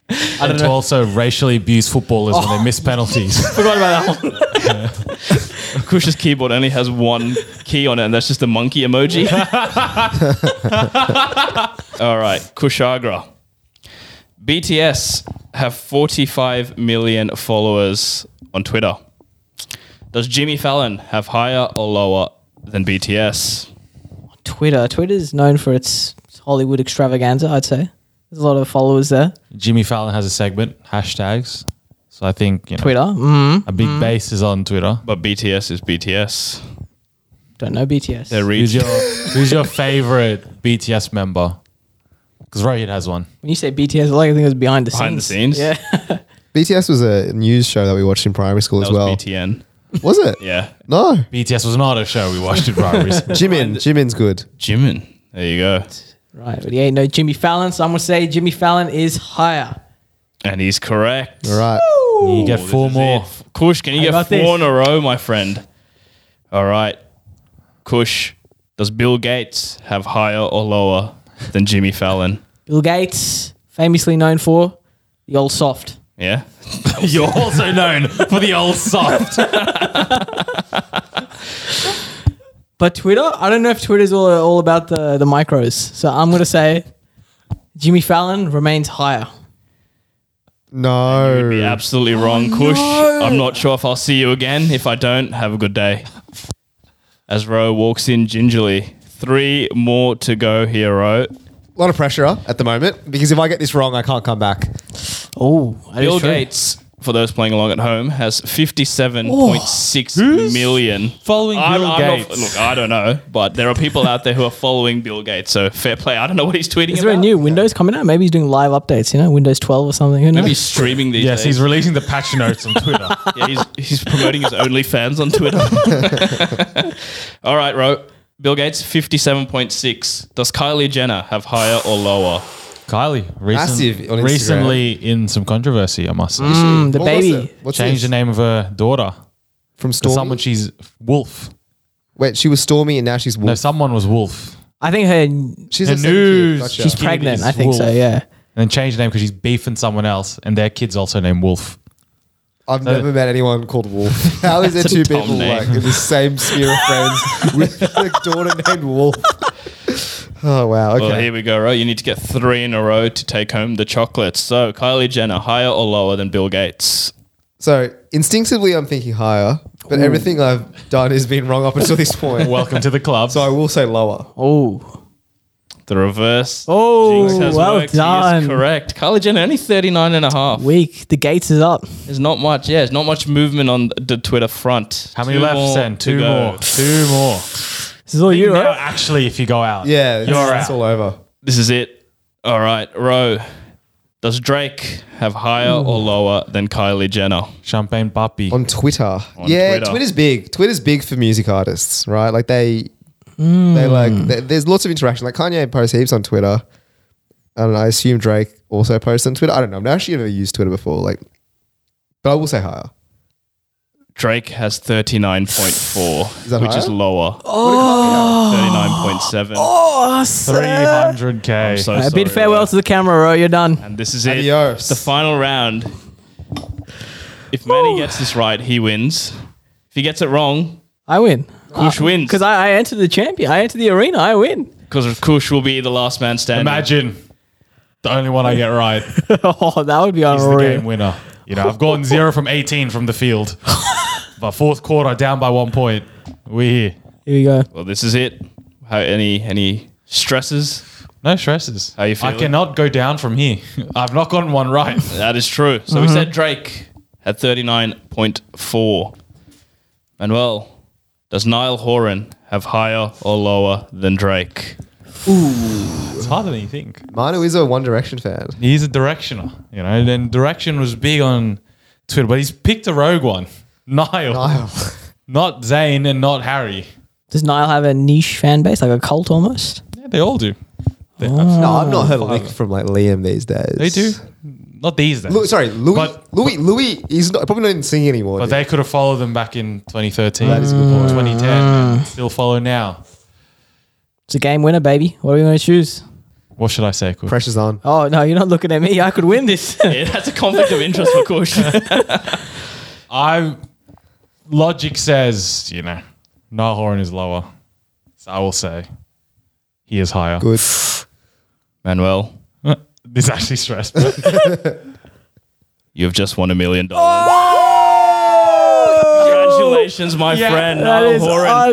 Speaker 3: I and to also racially abuse footballers when they miss penalties.
Speaker 4: Forgot about that one.
Speaker 1: Kush's keyboard only has one key on it, and that's just the monkey emoji. All right, Kushagra. BTS have 45 million followers on Twitter. Does Jimmy Fallon have higher or lower than BTS?
Speaker 4: Twitter. Twitter is known for its Hollywood extravaganza. I'd say there's a lot of followers there.
Speaker 3: Jimmy Fallon has a segment, hashtags. So I think you know,
Speaker 4: Twitter. Mm,
Speaker 3: a big base is on Twitter.
Speaker 1: But BTS is BTS.
Speaker 4: don't know BTS.
Speaker 1: Their
Speaker 3: Who's
Speaker 1: reach.
Speaker 3: your Who's your favorite BTS member? Because Rohit has one.
Speaker 4: when you say BTS, all I think it was behind the
Speaker 1: Behind the
Speaker 4: scenes.
Speaker 1: scenes?
Speaker 4: Yeah.
Speaker 2: BTS was a news show that we watched in primary school
Speaker 1: that
Speaker 2: as
Speaker 1: was
Speaker 2: well.
Speaker 1: BTN.
Speaker 2: Was it?
Speaker 1: Yeah.
Speaker 2: No.
Speaker 3: BTS was not a show we watched in primary school.
Speaker 2: Jimin. Jimin's good.
Speaker 1: Jimin. There you go.
Speaker 4: right. But he ain't no Jimmy Fallon. Some would say Jimmy Fallon is higher.
Speaker 1: And he's correct.
Speaker 2: All right.
Speaker 3: You get
Speaker 1: This
Speaker 3: four
Speaker 1: is
Speaker 3: more.
Speaker 1: it. Kush, can you get four
Speaker 4: got this.
Speaker 1: in a row, my friend? All right. Kush, does Bill Gates have higher or lower than Jimmy Fallon?
Speaker 4: Bill Gates, famously known for the old soft.
Speaker 1: Yeah.
Speaker 3: You're also known for the old soft.
Speaker 4: But Twitter, I don't know if Twitter's all all about the the micros. So I'm gonna say Jimmy Fallon remains higher.
Speaker 2: No.
Speaker 1: You're absolutely wrong,
Speaker 4: Oh,
Speaker 1: Kush. I'm not sure if I'll see you again. If I don't, have a good day. As Ro walks in gingerly, three more to go here, Ro.
Speaker 2: A lot of pressure at the moment because if I get this wrong, I can't come back.
Speaker 4: Oh, that is
Speaker 1: Bill
Speaker 4: true.
Speaker 1: Gates, for those playing along at home, has
Speaker 4: Oh,
Speaker 1: 57.6 million.
Speaker 3: Following
Speaker 1: I'm-
Speaker 3: Bill
Speaker 1: I'm not-
Speaker 3: Gates.
Speaker 1: look, I don't know, but there are people out there who are following Bill Gates, so fair play. I don't know what he's tweeting
Speaker 4: Is there
Speaker 1: about.
Speaker 4: a new Windows coming out? Maybe he's doing live updates, you know, Windows 12 or something. Who knows?
Speaker 1: Maybe he's streaming these
Speaker 3: yes,
Speaker 1: days.
Speaker 3: he's releasing the patch notes on Twitter.
Speaker 1: Yeah, he's, he's promoting his OnlyFans on Twitter. All right, Ro. Bill Gates, 57.6. Does Kylie Jenner have higher or lower?
Speaker 3: Kylie, recent,
Speaker 2: Massive on Instagram.
Speaker 3: recently in some controversy, I must say.
Speaker 1: Mm.
Speaker 4: Hmm, the
Speaker 2: What was
Speaker 4: baby.
Speaker 2: it? What's
Speaker 3: Changed the
Speaker 2: this?
Speaker 3: name of her daughter.
Speaker 2: from
Speaker 3: To
Speaker 2: Stormy.
Speaker 3: someone she's Wolf.
Speaker 2: Wait, she was Stormy and now she's Wolf.
Speaker 3: No, someone was Wolf.
Speaker 4: I think her.
Speaker 2: she's
Speaker 3: the
Speaker 2: a second
Speaker 3: news.
Speaker 2: kid. Gotcha.
Speaker 4: she's
Speaker 3: Kid
Speaker 4: pregnant.
Speaker 3: is
Speaker 4: I think so.
Speaker 3: Wolf.
Speaker 4: Yeah.
Speaker 3: And then changed the name because she's beefing someone else, and their kid's also named Wolf.
Speaker 2: I've never met anyone called Wolf. How is there
Speaker 1: That's a
Speaker 2: two
Speaker 1: dumb
Speaker 2: people
Speaker 1: name.
Speaker 2: like in the same sphere of friends with a daughter named Wolf? Oh wow. Okay.
Speaker 1: Well, here we go, Ro. You need to get three in a row to take home the chocolates. So, Kylie Jenner, higher or lower than Bill Gates?
Speaker 2: so instinctively, I'm thinking higher, but everything I've done has been wrong up until this point.
Speaker 3: Welcome to the club.
Speaker 2: so I will say lower.
Speaker 4: Oh.
Speaker 1: The reverse.
Speaker 4: Oh,
Speaker 1: jinx has
Speaker 4: well
Speaker 1: worked. He is
Speaker 4: done.
Speaker 1: correct. Kylie Jenner only 39 and a half.
Speaker 4: Weak. The Gates is up.
Speaker 1: There's not much. Yeah, there's not much movement on the Twitter front.
Speaker 3: How many
Speaker 1: Two
Speaker 3: left,
Speaker 1: more
Speaker 3: Sen?
Speaker 1: to
Speaker 3: Two
Speaker 1: go.
Speaker 3: more. Two more.
Speaker 4: This is all you,
Speaker 3: Now,
Speaker 4: right?
Speaker 3: actually, if you go out,
Speaker 2: Yeah, it's,
Speaker 3: You're
Speaker 2: it's
Speaker 3: out.
Speaker 2: all over.
Speaker 1: This is it. All right, Ro. Does Drake have higher
Speaker 2: Hmm.
Speaker 1: or lower than Kylie Jenner?
Speaker 3: Champagne Papi.
Speaker 2: On Twitter. yeah,
Speaker 1: Twitter.
Speaker 2: Twitter's big. Twitter's big for music artists, right? Like they,
Speaker 3: Hmm.
Speaker 2: they like. th- there's lots of interaction. Like Kanye posts heaps on Twitter, and I assume Drake also posts on Twitter. I don't know. I've actually never used Twitter before. Like, but I will say higher.
Speaker 1: Drake has 39.4,
Speaker 2: Is that
Speaker 1: which is
Speaker 2: higher?
Speaker 1: lower.
Speaker 2: Oh,
Speaker 1: 39.7.
Speaker 4: Oh, sir.
Speaker 3: 300k.
Speaker 1: So
Speaker 4: I
Speaker 1: sorry,
Speaker 4: bid farewell
Speaker 1: Ro.
Speaker 4: to the camera, Ro. You're done.
Speaker 1: And this is it.
Speaker 2: Adios.
Speaker 1: The final round. If Manny gets this right, he wins. If he gets it wrong,
Speaker 4: I win.
Speaker 1: Kush wins.
Speaker 4: Because I, I entered the champion. I entered the arena. I win.
Speaker 1: Because Kush will be the last man standing.
Speaker 3: Imagine the only one I get right is
Speaker 4: oh, that would be
Speaker 3: the game
Speaker 4: unreal.
Speaker 3: winner. You know, I've gone zero from 18 from the field, but fourth quarter down by one point. We're here.
Speaker 4: Here we go.
Speaker 1: Well, this is it. How, any any stresses?
Speaker 3: No stresses.
Speaker 1: How you
Speaker 3: I
Speaker 1: feeling?
Speaker 3: cannot go down from here. I've not gotten one right.
Speaker 1: That is true. So we said Drake at 39.4. Manuel, does Niall Horan have higher or lower than Drake?
Speaker 3: It's harder than you think.
Speaker 2: Manu is a One Direction fan.
Speaker 3: He's a directioner, you know. And then direction was big on Twitter, but he's picked a rogue one. Niall. Not Zayn and not Harry.
Speaker 4: Does Niall have a niche fan base, like a cult almost?
Speaker 3: Yeah, they all do. They,
Speaker 2: No, I've not heard a lick from like Liam these days.
Speaker 3: they do. Not these days.
Speaker 2: Lu- sorry, Louis.
Speaker 3: But-
Speaker 2: Louis. Louis. He's not, probably not even singing anymore.
Speaker 3: But
Speaker 2: dude.
Speaker 3: they could have followed them back in 2013,
Speaker 2: That is a good point.
Speaker 3: 2010, and still follow now.
Speaker 4: It's a game winner, baby. What are we going to choose?
Speaker 3: What should I say? Quick?
Speaker 2: Pressure's on.
Speaker 4: Oh no, you're not looking at me. I could win this.
Speaker 1: Yeah, that's a conflict of interest for Kush.
Speaker 3: I logic says you know Nahorn is lower, so I will say he is higher. Uh,
Speaker 2: Good.
Speaker 1: Manuel,
Speaker 3: This actually stressed me.
Speaker 1: you've just won a million dollars. Oh! Congratulations, my
Speaker 3: Yeah,
Speaker 1: friend.
Speaker 4: that
Speaker 1: Niall
Speaker 4: is
Speaker 1: Horan has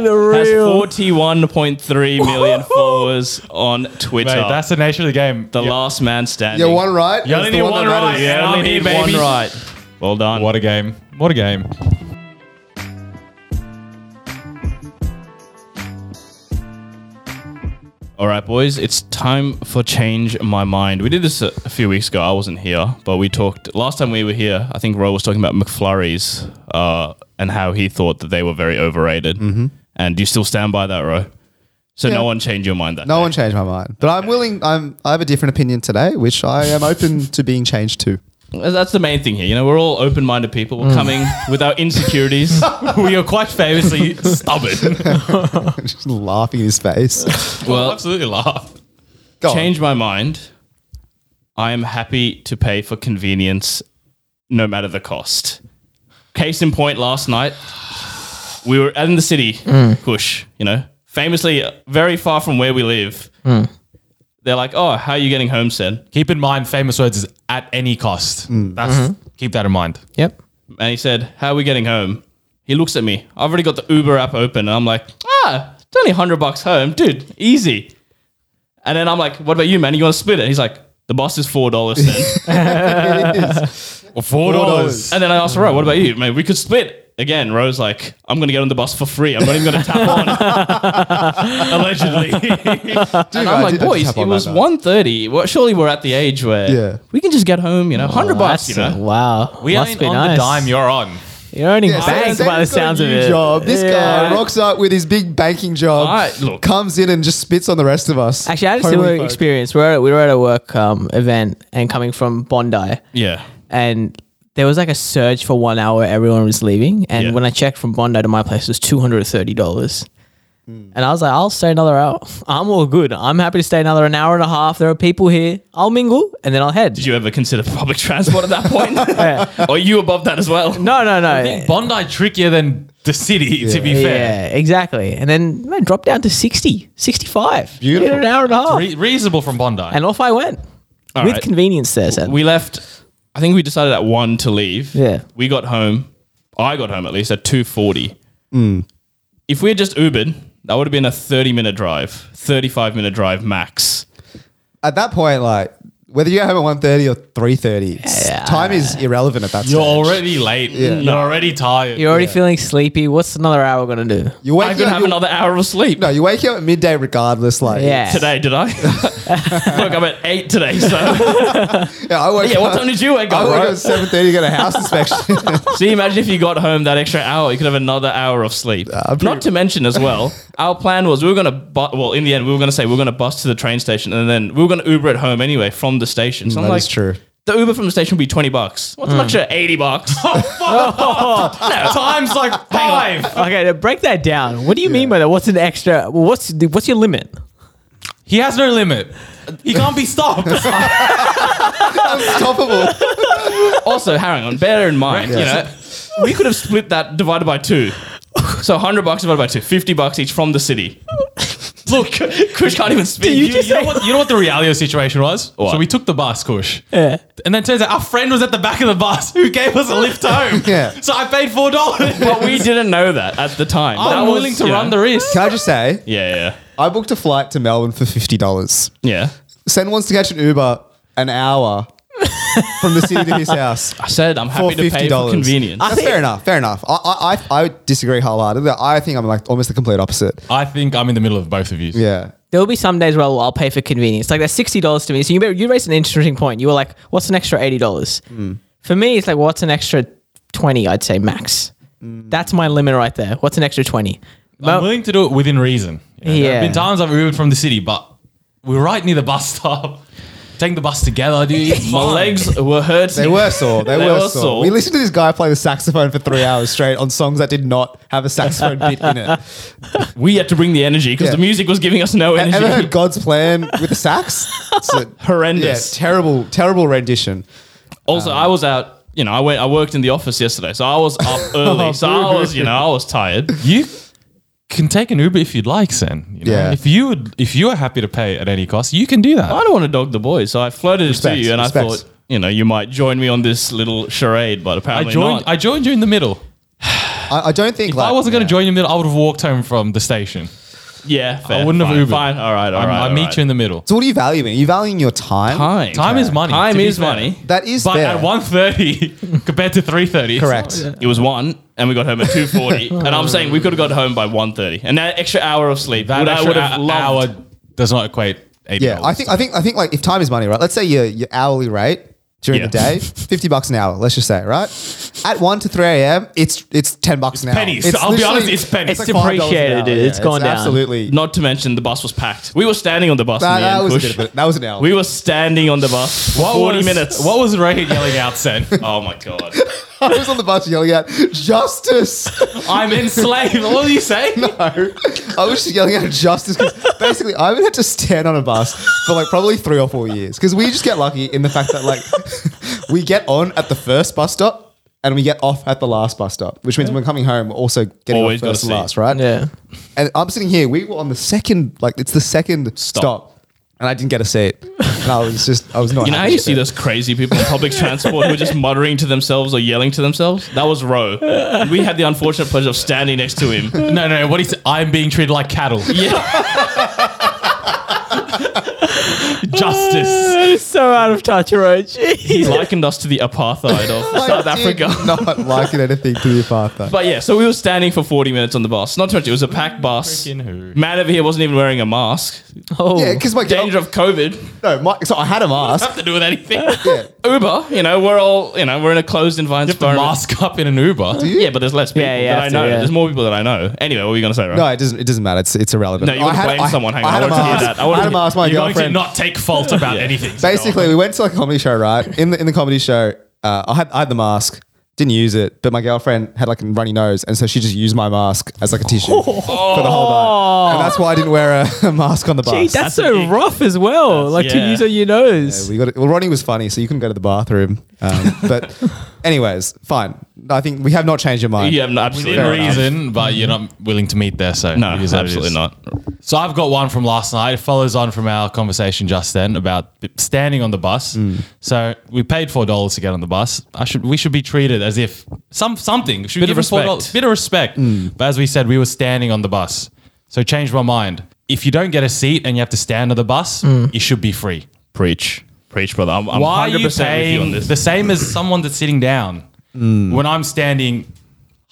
Speaker 4: unreal.
Speaker 1: 41.3 million followers on Twitter.
Speaker 3: Mate, that's the nature of the game.
Speaker 1: the
Speaker 3: You-
Speaker 1: last man standing.
Speaker 2: Yeah, one right.
Speaker 3: You only
Speaker 2: It's the
Speaker 3: need one
Speaker 2: that
Speaker 3: right.
Speaker 2: matters.
Speaker 1: Yeah,
Speaker 3: I'm
Speaker 1: only
Speaker 3: here,
Speaker 1: need one
Speaker 3: baby.
Speaker 1: right. Well done.
Speaker 3: What a game! What a game!
Speaker 1: All right, boys, it's time for Change My Mind. We did this a, a few weeks ago. I wasn't here, but we talked last time we were here. I think Roy was talking about McFlurries uh, and how he thought that they were very overrated. Mm-hmm. And do you still stand by that, Roy? So
Speaker 2: Yeah.
Speaker 1: no one changed your mind that
Speaker 2: No
Speaker 1: day.
Speaker 2: one changed my mind, but I'm willing. I'm. I have a different opinion today, which I am open to being changed to.
Speaker 1: That's the main thing here. You know, we're all open-minded people. We're coming with our insecurities.
Speaker 3: we are quite famously stubborn.
Speaker 2: Just laughing in his face.
Speaker 1: well,
Speaker 3: absolutely laugh.
Speaker 2: Go on.
Speaker 1: change my mind. I am happy to pay for convenience no matter the cost. Case in point, last night, we were out in the city, Kush, you know, famously uh, very far from where we live. They're like, oh, how are you getting home, Sen?
Speaker 3: Keep in mind, famous words is at any cost. That's keep that in mind.
Speaker 4: yep.
Speaker 1: And he said, how are we getting home? He looks at me. I've already got the Uber app open. And I'm like, ah, it's only 100 bucks home. Dude, easy. And then I'm like, what about you, man? You want to split it? He's like, the bus is $4, Sen.
Speaker 3: Four
Speaker 2: dollars.
Speaker 1: And then I asked Ro, what about you? Mate, we could split. Again, Ro's like, I'm going to get on the bus for free. I'm not even going to tap on. Allegedly.
Speaker 2: Dude,
Speaker 1: and I'm
Speaker 2: I
Speaker 1: like,
Speaker 2: did- I did
Speaker 1: boys,
Speaker 2: tap
Speaker 1: it
Speaker 2: on
Speaker 1: was
Speaker 2: that.
Speaker 1: 1.30. Well, surely we're at the age where
Speaker 2: Yeah.
Speaker 1: we can just get home, you know, 100 bucks, you
Speaker 4: Oh, That's a-
Speaker 1: know.
Speaker 4: wow.
Speaker 3: We
Speaker 4: Must
Speaker 3: ain't
Speaker 4: be
Speaker 3: on the
Speaker 4: nice.
Speaker 3: dime you're on.
Speaker 4: You're earning
Speaker 2: Yeah,
Speaker 4: bank
Speaker 2: Sam's
Speaker 4: by the
Speaker 2: got a
Speaker 4: sounds of
Speaker 2: new
Speaker 4: it.
Speaker 2: Job. This
Speaker 4: Yeah.
Speaker 2: guy rocks up with his big banking job.
Speaker 1: Alright, look.
Speaker 2: comes in and just spits on the rest of us.
Speaker 4: Actually, I had a
Speaker 2: Homely
Speaker 4: similar
Speaker 2: folk.
Speaker 4: experience. We were, at, we were at a work um, event and coming from Bondi,
Speaker 1: Yeah.
Speaker 4: and there was like a surge for one hour. Everyone was leaving, and
Speaker 1: Yeah.
Speaker 4: when I checked from Bondi to my place, it was two hundred thirty dollars.
Speaker 1: Hmm.
Speaker 4: And I was like, I'll stay another hour. I'm all good. I'm happy to stay another an hour and a half. There are people here. I'll mingle and then I'll head.
Speaker 1: Did you ever consider public transport at that point? Or you above that as well?
Speaker 4: no, no, no.
Speaker 3: Bondi trickier than the city, to be fair.
Speaker 4: Yeah, exactly. And then man, dropped down to 60, 65.
Speaker 2: Beautiful.
Speaker 4: In an hour and a half.
Speaker 3: Re- reasonable from Bondi.
Speaker 4: and off I went.
Speaker 1: All
Speaker 4: with
Speaker 1: right.
Speaker 4: convenience there, Sam.
Speaker 1: We left, I think we decided at 1 to leave.
Speaker 4: Yeah.
Speaker 1: We got home. I got home at least at 2.40.
Speaker 2: Mm.
Speaker 1: If we had just Ubered, that would have been a 30-minute drive, 35-minute drive max.
Speaker 2: At that point, like whether you go home at 1.30 or three thirty, time is irrelevant at that.
Speaker 3: You're
Speaker 2: stage.
Speaker 3: already late. You're already tired.
Speaker 4: You're already feeling sleepy. What's another hour going to do?
Speaker 2: You wake
Speaker 1: I'm gonna
Speaker 2: up.
Speaker 1: have
Speaker 2: you-
Speaker 1: another hour of sleep.
Speaker 2: No, you wake up at midday regardless. Like
Speaker 4: Yeah.
Speaker 1: Today, did I? Look, I'm at eight today, so
Speaker 2: yeah, I woke
Speaker 1: yeah. What
Speaker 2: up-
Speaker 1: time did you wake
Speaker 2: I
Speaker 1: up?
Speaker 2: woke up
Speaker 1: Bro?
Speaker 2: at seven thirty. Got a house inspection.
Speaker 1: See, imagine if you got home that extra hour, you could have another hour of sleep. Not to mention as well, our plan was we were gonna, bu- well, in the end, we were gonna say we were gonna bus to the train station, and then we were gonna Uber at home anyway from the station. So I'm
Speaker 2: That
Speaker 1: like,
Speaker 2: is true.
Speaker 1: The Uber from the station would be twenty bucks. What's an extra eighty bucks?
Speaker 3: Time's like five.
Speaker 4: Okay, now break that down. What do you mean by that? What's an extra? What's what's your limit?
Speaker 3: He has no limit. He can't be stopped.
Speaker 2: Unstoppable.
Speaker 1: also, hang on, bear in mind, you know, we could have split that divided by two. So 100 bucks divided by two, 50 bucks each from the city. Look, Kush can't even speak.
Speaker 3: you, you know what, you know what the reality of the situation was? So we took the bus, Kush.
Speaker 4: Yeah.
Speaker 3: And then turns out our friend was at the back of the bus who gave us a lift home.
Speaker 2: Yeah.
Speaker 3: So I paid four dollars.
Speaker 1: But we didn't know that at the time. That
Speaker 3: I'm
Speaker 1: was,
Speaker 3: willing to
Speaker 1: you
Speaker 3: run
Speaker 1: know-
Speaker 3: the risk.
Speaker 2: Can I just say,
Speaker 1: Yeah, yeah,
Speaker 2: I booked a flight to Melbourne for fifty dollars.
Speaker 1: yeah.
Speaker 2: Sen wants to catch an Uber an hour from the city to his house.
Speaker 1: I said I'm happy to pay for
Speaker 2: $50.
Speaker 1: convenience.
Speaker 2: That's fair enough. Fair enough. I, I, I I disagree wholeheartedly. I think I'm like almost the complete opposite.
Speaker 3: I think I'm in the middle of both of you.
Speaker 2: Yeah.
Speaker 4: There will be some days where I'll, I'll pay for convenience. Like that's sixty dollars
Speaker 1: Hmm.
Speaker 4: to me. So you you raised an interesting point. You were like, "What's an extra eighty dollars?" For me, it's like, "What's an extra twenty, I'd say max.
Speaker 1: Hmm.
Speaker 4: That's my limit right there. What's an extra twenty?
Speaker 3: I'm willing to do it within reason. You know, There
Speaker 4: Yeah.
Speaker 3: have been times I've moved from the city, but we're right near the bus stop. Taking the bus together, dude. it's
Speaker 1: My
Speaker 3: fine.
Speaker 1: legs were hurting.
Speaker 2: They were sore. They,
Speaker 1: They
Speaker 2: were,
Speaker 1: were
Speaker 2: sore.
Speaker 1: sore.
Speaker 2: We listened to this guy play the saxophone for three hours straight on songs that did not have a saxophone bit in it.
Speaker 1: We had to bring the energy because
Speaker 2: Yeah.
Speaker 1: the music was giving us no energy.
Speaker 2: Ever heard God's Plan with the sax? It's a-
Speaker 1: Horrendous.
Speaker 2: Yeah, terrible, terrible rendition.
Speaker 1: Also, I was out. You know, I went. I worked in the office yesterday, so I was up early. so I was, you know, I was tired.
Speaker 3: You can take an Uber if you'd like, Sen. You know?
Speaker 2: Yeah.
Speaker 3: If you would, if you are happy to pay at any cost, you can do that.
Speaker 1: I don't want to dog the boys, so I floated
Speaker 2: Respect,
Speaker 1: it to you, and
Speaker 2: respect.
Speaker 1: I thought, you know, you might join me on this little charade, but
Speaker 3: I
Speaker 1: apparently
Speaker 3: joined.
Speaker 1: not.
Speaker 3: I joined you in the middle.
Speaker 2: I, I don't think
Speaker 3: If
Speaker 2: like,
Speaker 3: I wasn't going
Speaker 2: yeah.
Speaker 3: to join you in the middle, I would have walked home from the station.
Speaker 1: yeah, fair,
Speaker 3: wouldn't have
Speaker 1: fine,
Speaker 3: Ubered.
Speaker 1: Fine, all right, all
Speaker 3: I'm-
Speaker 1: right,
Speaker 3: I
Speaker 1: all
Speaker 3: meet
Speaker 1: right.
Speaker 3: you in the middle.
Speaker 2: So what are you valuing? Are you valuing your time?
Speaker 1: time.
Speaker 3: Time is money.
Speaker 1: Time
Speaker 3: to be
Speaker 1: is
Speaker 3: fair.
Speaker 1: money.
Speaker 2: That is
Speaker 3: But
Speaker 2: fair.
Speaker 3: at 1.30 compared to 3.30.
Speaker 2: Correct.
Speaker 1: It was one, and we got home at two forty, and I'm saying we could have got home by 1.30. and that extra hour of sleep
Speaker 3: That
Speaker 1: would, I
Speaker 3: extra
Speaker 1: would have
Speaker 3: hou-
Speaker 1: loved.
Speaker 3: hour does not equate 80
Speaker 2: Yeah, I think I think I think like if time is money, right? Let's say your your hourly rate during
Speaker 1: Yeah.
Speaker 2: the day, fifty bucks an hour. Let's just say, right? At one to three a.m., it's it's ten bucks an hour.
Speaker 3: pennies. I'll be
Speaker 2: literally-
Speaker 3: honest, it's pennies.
Speaker 2: like
Speaker 4: It's
Speaker 2: $5 an hour.
Speaker 4: depreciated, dude. It's gone down.
Speaker 2: Absolutely.
Speaker 1: Not to mention the bus was packed. We were standing on the bus.
Speaker 2: that,
Speaker 1: in the
Speaker 2: that
Speaker 1: end,
Speaker 2: was a
Speaker 1: Kush.
Speaker 2: bit of it. That was an hour.
Speaker 1: We were standing on the bus for
Speaker 3: What
Speaker 1: 40
Speaker 3: was-
Speaker 1: minutes.
Speaker 3: What was Ray yelling out, Sen?
Speaker 1: Oh my god.
Speaker 2: I was on the bus yelling out justice.
Speaker 3: I'm enslaved. What do you say?
Speaker 2: No, I was just yelling out justice because basically I haven't had to stand on a bus for like probably three or four years because we just get lucky in the fact that like we get on at the first bus stop and we get off at the last bus stop, which means when we're coming home, we're also getting
Speaker 1: Always
Speaker 2: off
Speaker 1: gotta
Speaker 2: first and
Speaker 1: see.
Speaker 2: last, right?
Speaker 4: Yeah.
Speaker 2: And I'm sitting here, we were on the second, like it's the second stop. and I didn't get a seat. And I was just, I was not.
Speaker 1: You know how
Speaker 2: happy
Speaker 1: you
Speaker 2: with
Speaker 1: see
Speaker 2: it.
Speaker 1: those crazy people in public transport who are just muttering to themselves or yelling to themselves? That was Roe. We had the unfortunate pleasure of standing next to him.
Speaker 3: No, no, what he said. I'm being treated like cattle.
Speaker 1: Yeah.
Speaker 3: Justice.
Speaker 4: That is so out of touch, Roach.
Speaker 1: He likened us to the apartheid of
Speaker 2: I
Speaker 1: South
Speaker 2: did
Speaker 1: Africa.
Speaker 2: Not liking anything to the apartheid.
Speaker 1: But yeah, so we were standing for 40 minutes on the bus. Not to mention, it was a packed bus.
Speaker 3: Freaking who.
Speaker 1: Man over here wasn't even wearing a mask.
Speaker 4: Oh,
Speaker 2: yeah, because my
Speaker 1: Danger of COVID.
Speaker 2: no, my, so I had a mask.
Speaker 1: Nothing to do with anything. Uber, you know, we're all, you know, we're in a closed environment.
Speaker 3: Mask up in an Uber.
Speaker 1: Yeah, but there's less people
Speaker 4: Yeah, you
Speaker 1: that
Speaker 4: have
Speaker 1: I
Speaker 4: to,
Speaker 1: know.
Speaker 4: yeah.
Speaker 1: There's more people that I know. Anyway, what were you going to say, right?
Speaker 2: No, it doesn't. It doesn't matter. It's it's irrelevant.
Speaker 1: No, you would've blamed someone. Hang on,
Speaker 2: I
Speaker 1: I
Speaker 2: had a
Speaker 1: wanted to hear
Speaker 2: mask.
Speaker 1: that. I
Speaker 2: I, had a
Speaker 1: wanted-
Speaker 2: mask. My
Speaker 3: You're going to
Speaker 2: girlfriend.
Speaker 3: not take fault about anything.
Speaker 2: basically, we went to like a comedy show, right? In the in the comedy show, uh, I had I had the mask. Didn't use it, but my girlfriend had like a runny nose, and so she just used my mask as like a tissue for the whole night, and that's why I didn't wear a, a mask on the bus.
Speaker 4: Gee, that's,
Speaker 1: a
Speaker 4: so
Speaker 1: big-
Speaker 4: rough as well. Like to
Speaker 1: yeah.
Speaker 4: use on your nose.
Speaker 2: we got it. Well, Ronnie was funny, so you couldn't go to the bathroom. Um, but, anyways, fine. I think we have not changed your mind.
Speaker 1: You have no, absolutely
Speaker 3: Within
Speaker 1: no-
Speaker 3: reason, but you're not willing to meet there, so
Speaker 1: No,
Speaker 3: it is what it
Speaker 1: absolutely
Speaker 3: is.
Speaker 1: not.
Speaker 3: So I've got one from last night. It follows on from our conversation just then about b- standing on the bus.
Speaker 1: Hmm.
Speaker 3: So we paid four dollars to get on the bus. I should we should be treated as if some something. We Should
Speaker 1: Bit
Speaker 3: give
Speaker 1: of
Speaker 3: them $4.
Speaker 1: respect. Hmm.
Speaker 3: Bit of respect. But as we said, we were standing on the bus. So change my mind. If you don't get a seat and you have to stand on the bus, you should be free.
Speaker 1: Hmm. Preach. Preach, brother. I'm, I'm 100%
Speaker 3: Why are you
Speaker 1: with you on
Speaker 3: paying
Speaker 1: this. Mm.
Speaker 3: the same as someone that's sitting down? When I'm standing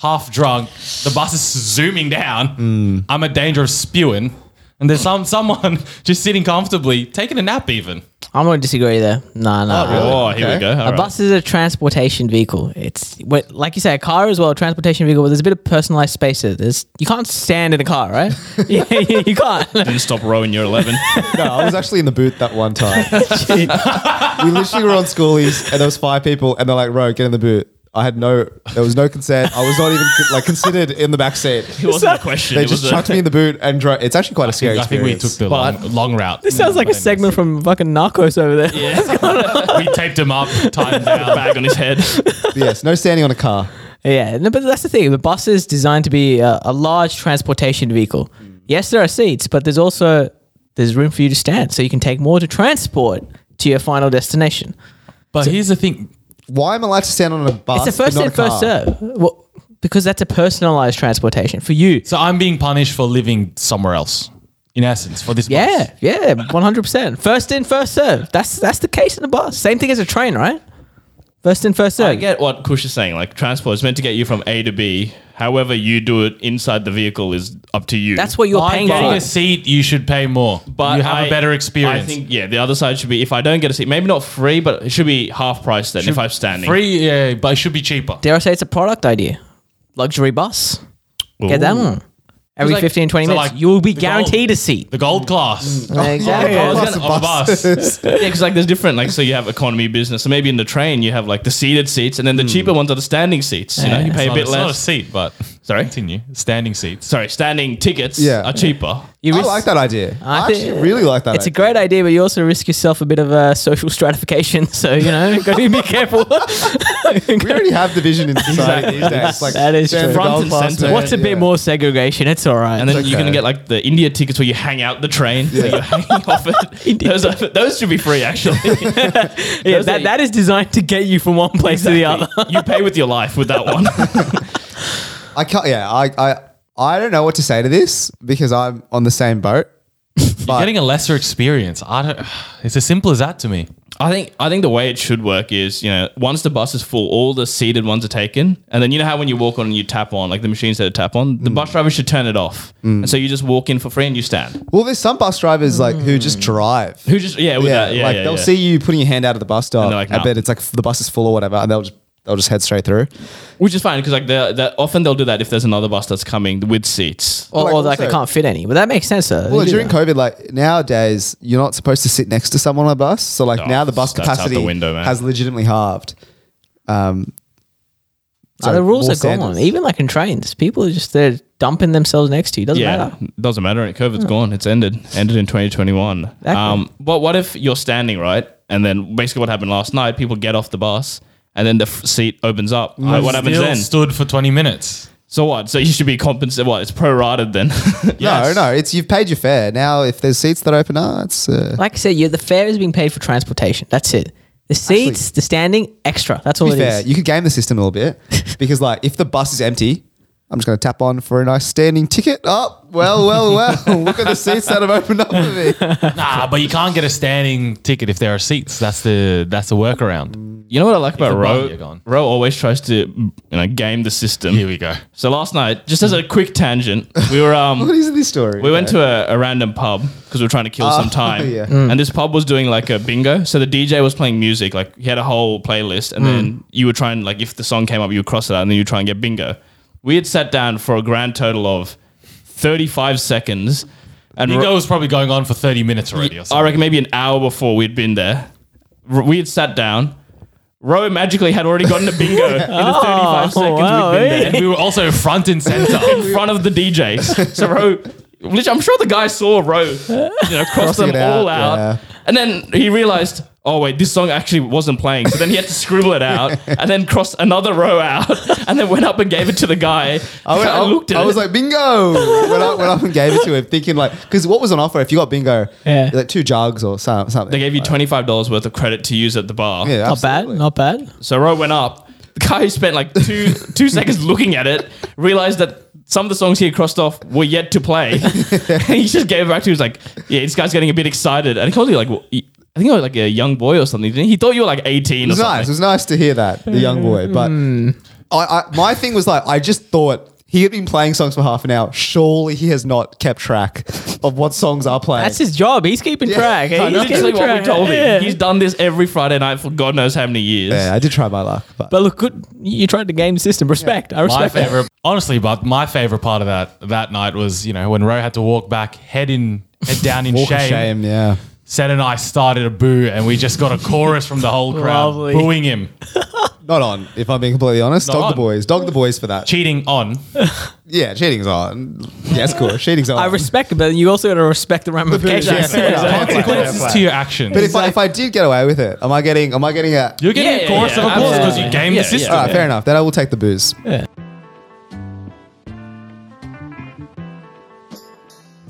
Speaker 3: half drunk, the bus is zooming down.
Speaker 1: Mm.
Speaker 3: I'm at danger of spewing, and there's some someone just sitting comfortably taking a nap. Even
Speaker 4: I'm gonna disagree there. Nah, nah.
Speaker 1: Oh, here
Speaker 2: Okay.
Speaker 1: we go. All
Speaker 4: A
Speaker 1: right.
Speaker 4: bus is a transportation vehicle. It's what- like you say, a car as well, a transportation vehicle. But there's a bit of personalized space. There. There's you can't stand in a car, right? yeah, yeah, you can't.
Speaker 1: Didn't stop rowing your 11.
Speaker 2: No, I was actually in the boot that one time. we literally were on schoolies, and there was five people, and they're like, "Bro, get in the boot." I had no, there was no consent. I was not even like considered in the back seat.
Speaker 1: it wasn't a question.
Speaker 2: They
Speaker 1: it
Speaker 2: just
Speaker 1: was
Speaker 2: chucked
Speaker 1: a,
Speaker 2: me in the boot and drove. It's actually quite a scary
Speaker 3: I think we took
Speaker 2: experience.
Speaker 3: the long, long route.
Speaker 4: This sounds like a segment from fucking Narcos over there.
Speaker 3: we taped him up, timed down.
Speaker 1: bag on his head.
Speaker 2: But yes, no standing on a car.
Speaker 4: Yeah, no, but that's the thing. The bus is designed to be a, a large transportation vehicle. Yes, there are seats, but there's also there's room for you to stand, so you can take more to transport to your final destination.
Speaker 3: But here's the thing:
Speaker 2: Why am I allowed to stand on a bus?
Speaker 4: it's a first
Speaker 2: but
Speaker 4: in,
Speaker 2: not a
Speaker 4: first
Speaker 2: car?
Speaker 4: serve. Well, because that's a personalized transportation for you.
Speaker 3: so I'm being punished for living somewhere else. In essence, for this, bus.
Speaker 4: Yeah, yeah, one hundred percent. First in, first serve. That's that's the case in the bus. Same thing as a train, right? First in, first
Speaker 1: I
Speaker 4: served.
Speaker 1: get what Kush is saying. Like transport is meant to get you from A to B. However, you do it inside the vehicle is up to you.
Speaker 4: That's what you're
Speaker 3: By
Speaker 4: paying
Speaker 3: getting
Speaker 4: for.
Speaker 3: a seat, you should pay more. But you have
Speaker 1: a
Speaker 3: a better experience.
Speaker 1: I think yeah, the other side should be if I don't get a seat, maybe not free, but it should be half price then if I'm standing.
Speaker 3: Free, yeah, but it should be cheaper.
Speaker 4: Dare I say it's a product idea? Luxury bus.
Speaker 1: Ooh.
Speaker 4: Get that one. Every
Speaker 3: like-
Speaker 4: 15, 20
Speaker 3: so
Speaker 4: minutes,
Speaker 3: like
Speaker 4: you will be
Speaker 3: the gold-
Speaker 4: guaranteed a seat.
Speaker 3: The gold
Speaker 1: Mm.
Speaker 3: class.
Speaker 4: Exactly.
Speaker 1: I was
Speaker 2: Lots
Speaker 1: gonna-
Speaker 2: of
Speaker 3: of a bus.
Speaker 1: yeah, because like there's different like so you have economy business. So maybe in the train you have like the seated seats, and then the cheaper ones are the standing seats. You know, you pay a
Speaker 3: Not-
Speaker 1: bit
Speaker 3: Hmm. it's not a
Speaker 1: less.
Speaker 3: seat, but
Speaker 1: Sorry?
Speaker 3: continue. Standing seats.
Speaker 1: Sorry, standing tickets
Speaker 2: Yeah.
Speaker 1: are cheaper.
Speaker 4: You
Speaker 2: I
Speaker 4: risk-
Speaker 2: like that idea. I,
Speaker 4: think-
Speaker 2: actually really like that.
Speaker 4: It's a great idea, but you also risk yourself a bit of uh, social stratification. So you know, got to be careful.
Speaker 2: We already have division in society these days. It's Like
Speaker 4: That is
Speaker 2: Jen,
Speaker 4: true.
Speaker 2: the
Speaker 1: Front
Speaker 2: gold
Speaker 1: and
Speaker 2: class
Speaker 1: center.
Speaker 2: man,
Speaker 4: What's a
Speaker 2: yeah.
Speaker 4: bit more segregation? It's all right.
Speaker 1: And then you can
Speaker 2: okay.
Speaker 1: get like the India tickets where you hang out the train, so you're hanging off it. Those, are, those should be free actually.
Speaker 4: yeah,
Speaker 1: those
Speaker 4: that,
Speaker 1: are-
Speaker 4: that is designed to get you from one place to the other.
Speaker 1: you pay with your life with that one.
Speaker 2: I can't. Yeah, I, I, I don't know what to say to this because I'm on the same boat. But
Speaker 3: Getting a lesser experience. I don't. It's as simple as that to
Speaker 1: Mm.
Speaker 3: me.
Speaker 1: I think I think the way it should work is, you know, once the bus is full, all the seated ones are taken, and then you know how when you walk on and you tap on, like the machines that tap on,
Speaker 2: Mm.
Speaker 1: the bus driver should turn it off, and so you just walk in for free and you stand.
Speaker 2: well, there's some bus drivers like who just drive.
Speaker 1: Who just yeah, with
Speaker 2: yeah,
Speaker 1: that, yeah,
Speaker 2: like
Speaker 1: yeah,
Speaker 2: they'll
Speaker 1: yeah.
Speaker 2: see you putting your hand out at the bus stop.
Speaker 1: they're like,
Speaker 2: I
Speaker 1: "Nah."
Speaker 2: bet it's like f- the bus is full or whatever, and they'll just they'll just head straight through.
Speaker 1: which is fine because like they're, they're, often they'll do that if there's another bus that's coming with seats.
Speaker 4: Or,
Speaker 2: Like,
Speaker 4: or like I
Speaker 2: also-
Speaker 4: can't fit any, but that makes sense. Though.
Speaker 2: Well,
Speaker 4: They do
Speaker 2: during
Speaker 4: that.
Speaker 2: COVID, like nowadays, you're not supposed to sit next to someone on a bus. So like
Speaker 1: Oh,
Speaker 2: now the bus
Speaker 1: that's out the
Speaker 2: capacity
Speaker 1: window, man.
Speaker 2: has legitimately halved. Um, so
Speaker 4: the rules
Speaker 2: more
Speaker 4: are gone.
Speaker 2: standards.
Speaker 4: Even like in trains, people are just they're dumping themselves next to you. Doesn't
Speaker 1: Yeah,
Speaker 4: matter. Hmm.
Speaker 1: doesn't matter. COVID's gone. It's ended. Ended in 2021. Um, but what if you're standing right, and then basically what happened last night? People get off the bus, and then the f- seat opens up. Like, what happens
Speaker 3: Still
Speaker 1: then?
Speaker 3: Stood for twenty minutes.
Speaker 1: so what? So you should be compensated. What? It's prorated then.
Speaker 3: Yes.
Speaker 2: No, no, it's you've paid your fare. Now if there's seats that open, ah, it's uh,
Speaker 4: Like I said, you the fare is being paid for transportation. That's it. The seats, the standing, extra. That's all
Speaker 2: to
Speaker 4: it
Speaker 2: be
Speaker 4: is.
Speaker 2: fair, you could game the system a little bit because, like, if the bus is empty, I'm just going to tap on for a nice standing ticket. Oh, well, well, well. Look at the seats that have opened up for me.
Speaker 3: Nah, but you can't get a standing ticket if there are seats. That's the that's the workaround.
Speaker 1: You know what I like about
Speaker 3: a bum,
Speaker 1: Ro?
Speaker 3: you're gone.
Speaker 1: Ro always tries to you know game the system.
Speaker 3: Here we go.
Speaker 1: So last night, just as a quick tangent, we were
Speaker 2: What
Speaker 1: um
Speaker 2: is this story?
Speaker 1: we went to a, a random pub because we were trying to kill some time,
Speaker 2: Ah, yeah.
Speaker 3: Mm.
Speaker 1: and this pub was doing like a bingo. So the DJ was playing music, like he had a whole playlist, and
Speaker 3: Mm.
Speaker 1: then you would try and like if the song came up, you would cross it out, and then you try and get bingo. We had sat down for a grand total of thirty five seconds, and Ro-
Speaker 3: Nico was probably going on for thirty minutes already. Or
Speaker 1: I
Speaker 3: something.
Speaker 1: reckon maybe an hour before we'd been there. R- We had sat down. Roe magically had already gotten a bingo in the 35 seconds
Speaker 4: wow,
Speaker 1: we'd been
Speaker 4: eh?
Speaker 1: there
Speaker 3: and we were also front and center.
Speaker 1: in front of the DJs. So Roe, which I'm sure the guy saw Roe, you know, cross
Speaker 2: Crossing
Speaker 1: them
Speaker 2: it
Speaker 1: all
Speaker 2: out,
Speaker 1: out. And then he realized, oh wait, this song actually wasn't playing. So then he had to scribble it out and then crossed another row out and then went up and gave it to the guy.
Speaker 2: I, went,
Speaker 1: I
Speaker 2: I,
Speaker 1: looked at
Speaker 2: I
Speaker 1: it.
Speaker 2: was like, bingo. Went up, went up and gave it to him, thinking, like, because what was on offer if you got bingo?
Speaker 4: Yeah.
Speaker 2: Like two jugs or some, something.
Speaker 1: they gave you $25 worth of credit to use at the bar.
Speaker 2: yeah,
Speaker 4: not bad.
Speaker 2: absolutely.
Speaker 4: Not bad.
Speaker 1: So Ro went up. The guy who spent like two two seconds looking at it realized that some of the songs he had crossed off were yet to play. and he just gave it back to. He was like, "Yeah, this guy's getting a bit excited." And he called you like, wh- he- I think you were like a young boy or something. didn't He He thought you were like eighteen or
Speaker 2: It was nice. It
Speaker 1: something.
Speaker 2: was nice to hear that, the young boy. But
Speaker 4: Hmm.
Speaker 2: I, I, my thing was like, I just thought he had been playing songs for half an hour. Surely he has not kept track of what songs are playing.
Speaker 4: That's his job. He's keeping track.
Speaker 2: I
Speaker 4: He's
Speaker 2: know.
Speaker 4: keeping
Speaker 1: Literally what we
Speaker 4: track.
Speaker 1: told him.
Speaker 4: "Oh, Yeah.
Speaker 1: He's done this every Friday night for God knows how many years.
Speaker 2: yeah, I did try my luck. But,
Speaker 4: But look, good. You tried to game the system. Respect. I
Speaker 3: my
Speaker 4: respect that.
Speaker 3: favorite, honestly, but my favorite part of that that night was you know when Ro had to walk back, head in, head down in
Speaker 2: walk
Speaker 3: shame.
Speaker 2: of shame, yeah.
Speaker 3: Sen and I started a boo, and we just got a chorus from the whole crowd
Speaker 4: Lovely.
Speaker 3: booing him,
Speaker 2: Not on, if I'm being completely honest.
Speaker 3: Not
Speaker 2: Dog
Speaker 3: on.
Speaker 2: the boys. Dog the boys for that.
Speaker 3: cheating on.
Speaker 2: yeah, cheating's on. Yes, cool. Cheating's on.
Speaker 4: I respect it, but you also got to respect the ramifications.
Speaker 2: Yeah, fair enough.
Speaker 4: Yeah.
Speaker 2: Exactly.
Speaker 3: Consequences to your actions.
Speaker 2: But if I, if I did get away with it, am I getting am I getting a
Speaker 3: You're getting
Speaker 1: Yeah,
Speaker 3: a chorus
Speaker 1: yeah,
Speaker 3: of applause because
Speaker 1: absolutely.
Speaker 3: you game
Speaker 1: Yeah,
Speaker 3: the system.
Speaker 1: yeah.
Speaker 2: Alright, fair enough. Then I will take the booze.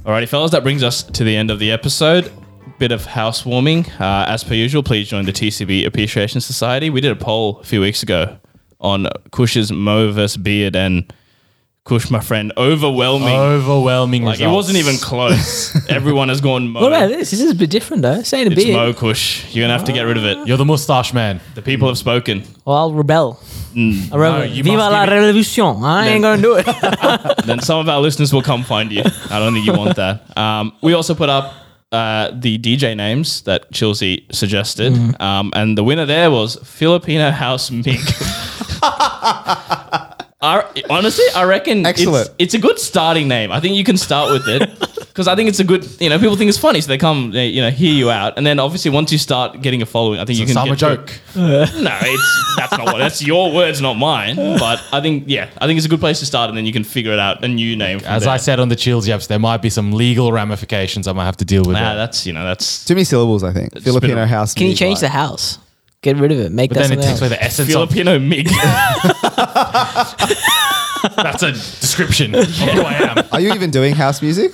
Speaker 1: Alrighty, fellas, that brings us to the end of the episode. Bit of housewarming. Uh, as per usual, please join the TCB Appreciation Society. We did a poll a few weeks ago on Kush's Mo versus Beard and Kush, my friend, overwhelming.
Speaker 3: Oh, Overwhelming
Speaker 1: like
Speaker 3: results.
Speaker 1: it wasn't even close. Everyone has gone mo.
Speaker 4: What about this? This is a bit different though. Say to
Speaker 1: It's
Speaker 4: be.
Speaker 1: mo Kush. You're gonna have to get rid of it.
Speaker 3: You're the mustache man.
Speaker 1: The people have spoken.
Speaker 4: Or I'll rebel. I rebel.
Speaker 3: No, you
Speaker 4: Viva
Speaker 3: must
Speaker 4: la
Speaker 3: give it-
Speaker 4: revolution. I ain't gonna do it.
Speaker 1: then some of our listeners will come find you. I don't think you want that. Um, we also put up uh, the DJ names that Chilsey suggested, um, and the winner there was Filipino House Mink. I, honestly, I reckon
Speaker 2: Excellent.
Speaker 1: It's, it's a good starting name. I think you can start with it because I think it's a good. You know, people think it's funny, so they come, they, you know, hear you out, and then obviously once you start getting a following, I think you
Speaker 3: It's
Speaker 1: can.
Speaker 3: not a
Speaker 1: get
Speaker 3: joke.
Speaker 1: no, it's that's not what that's your words, not mine. But I think yeah, I think it's a good place to start, and then you can figure it out a new name. From
Speaker 3: As
Speaker 1: there.
Speaker 3: I said on the Chills Yaps, there might be some legal ramifications I might have to deal with.
Speaker 1: nah,
Speaker 3: it.
Speaker 1: that's you know that's
Speaker 2: Too many syllables, I think. Filipino
Speaker 1: been-
Speaker 2: house.
Speaker 4: Can you
Speaker 2: meat,
Speaker 4: change the
Speaker 2: like-
Speaker 4: house? Get rid of it. Make
Speaker 3: But
Speaker 4: that
Speaker 3: then it
Speaker 4: something
Speaker 3: takes away
Speaker 4: else.
Speaker 3: the essence of
Speaker 1: Filipino mig.
Speaker 3: that's a description of who I am.
Speaker 2: Are you even doing house music?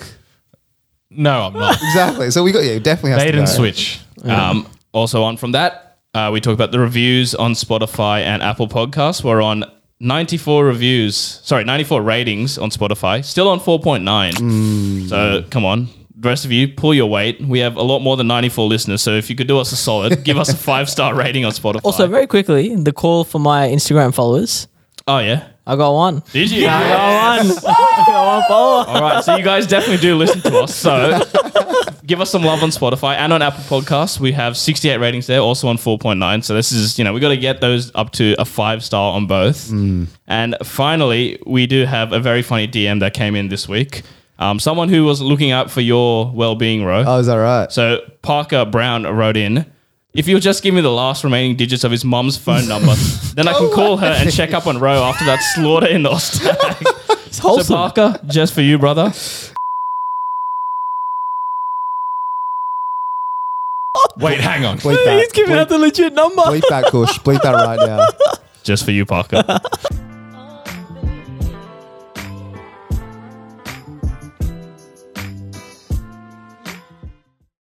Speaker 3: No, I'm not.
Speaker 2: Exactly. So we got you. Definitely has
Speaker 3: They
Speaker 2: to go.
Speaker 3: didn't switch.
Speaker 1: um, also on from that, uh, we talk about the reviews on Spotify and Apple Podcasts. We're on. 94 reviews, sorry, 94 ratings on Spotify, still on 4.9.
Speaker 3: Mm.
Speaker 1: So come on, the rest of you, pull your weight. We have a lot more than 94 listeners. So if you could do us a solid, give us a five star rating on Spotify.
Speaker 4: Also, very quickly, the call for my Instagram followers.
Speaker 1: oh, yeah.
Speaker 4: I got one.
Speaker 1: Did you?
Speaker 4: I got one follower.
Speaker 1: All right, so you guys definitely do listen to us. So give us some love on Spotify and on Apple Podcasts. We have 68 ratings there, also on 4.9. So this is, you know, we got to get those up to a five star on both. And finally, we do have a very funny DM that came in this week. Um, someone who was looking out for your well being, Ro.
Speaker 2: Oh, is that right?
Speaker 1: So Parker Brown wrote in. If you'll just give me the last remaining digits of his mum's phone number, then I can call her and check up on Ro after that slaughter in the Ostag.
Speaker 4: It's wholesome.
Speaker 1: So Parker, just for you, brother.
Speaker 3: Wait, hang on.
Speaker 2: Bleep that.
Speaker 4: He's giving
Speaker 2: bleep,
Speaker 4: out the legit number.
Speaker 2: bleep that, Kush. Bleep that right now.
Speaker 1: Just for you, Parker.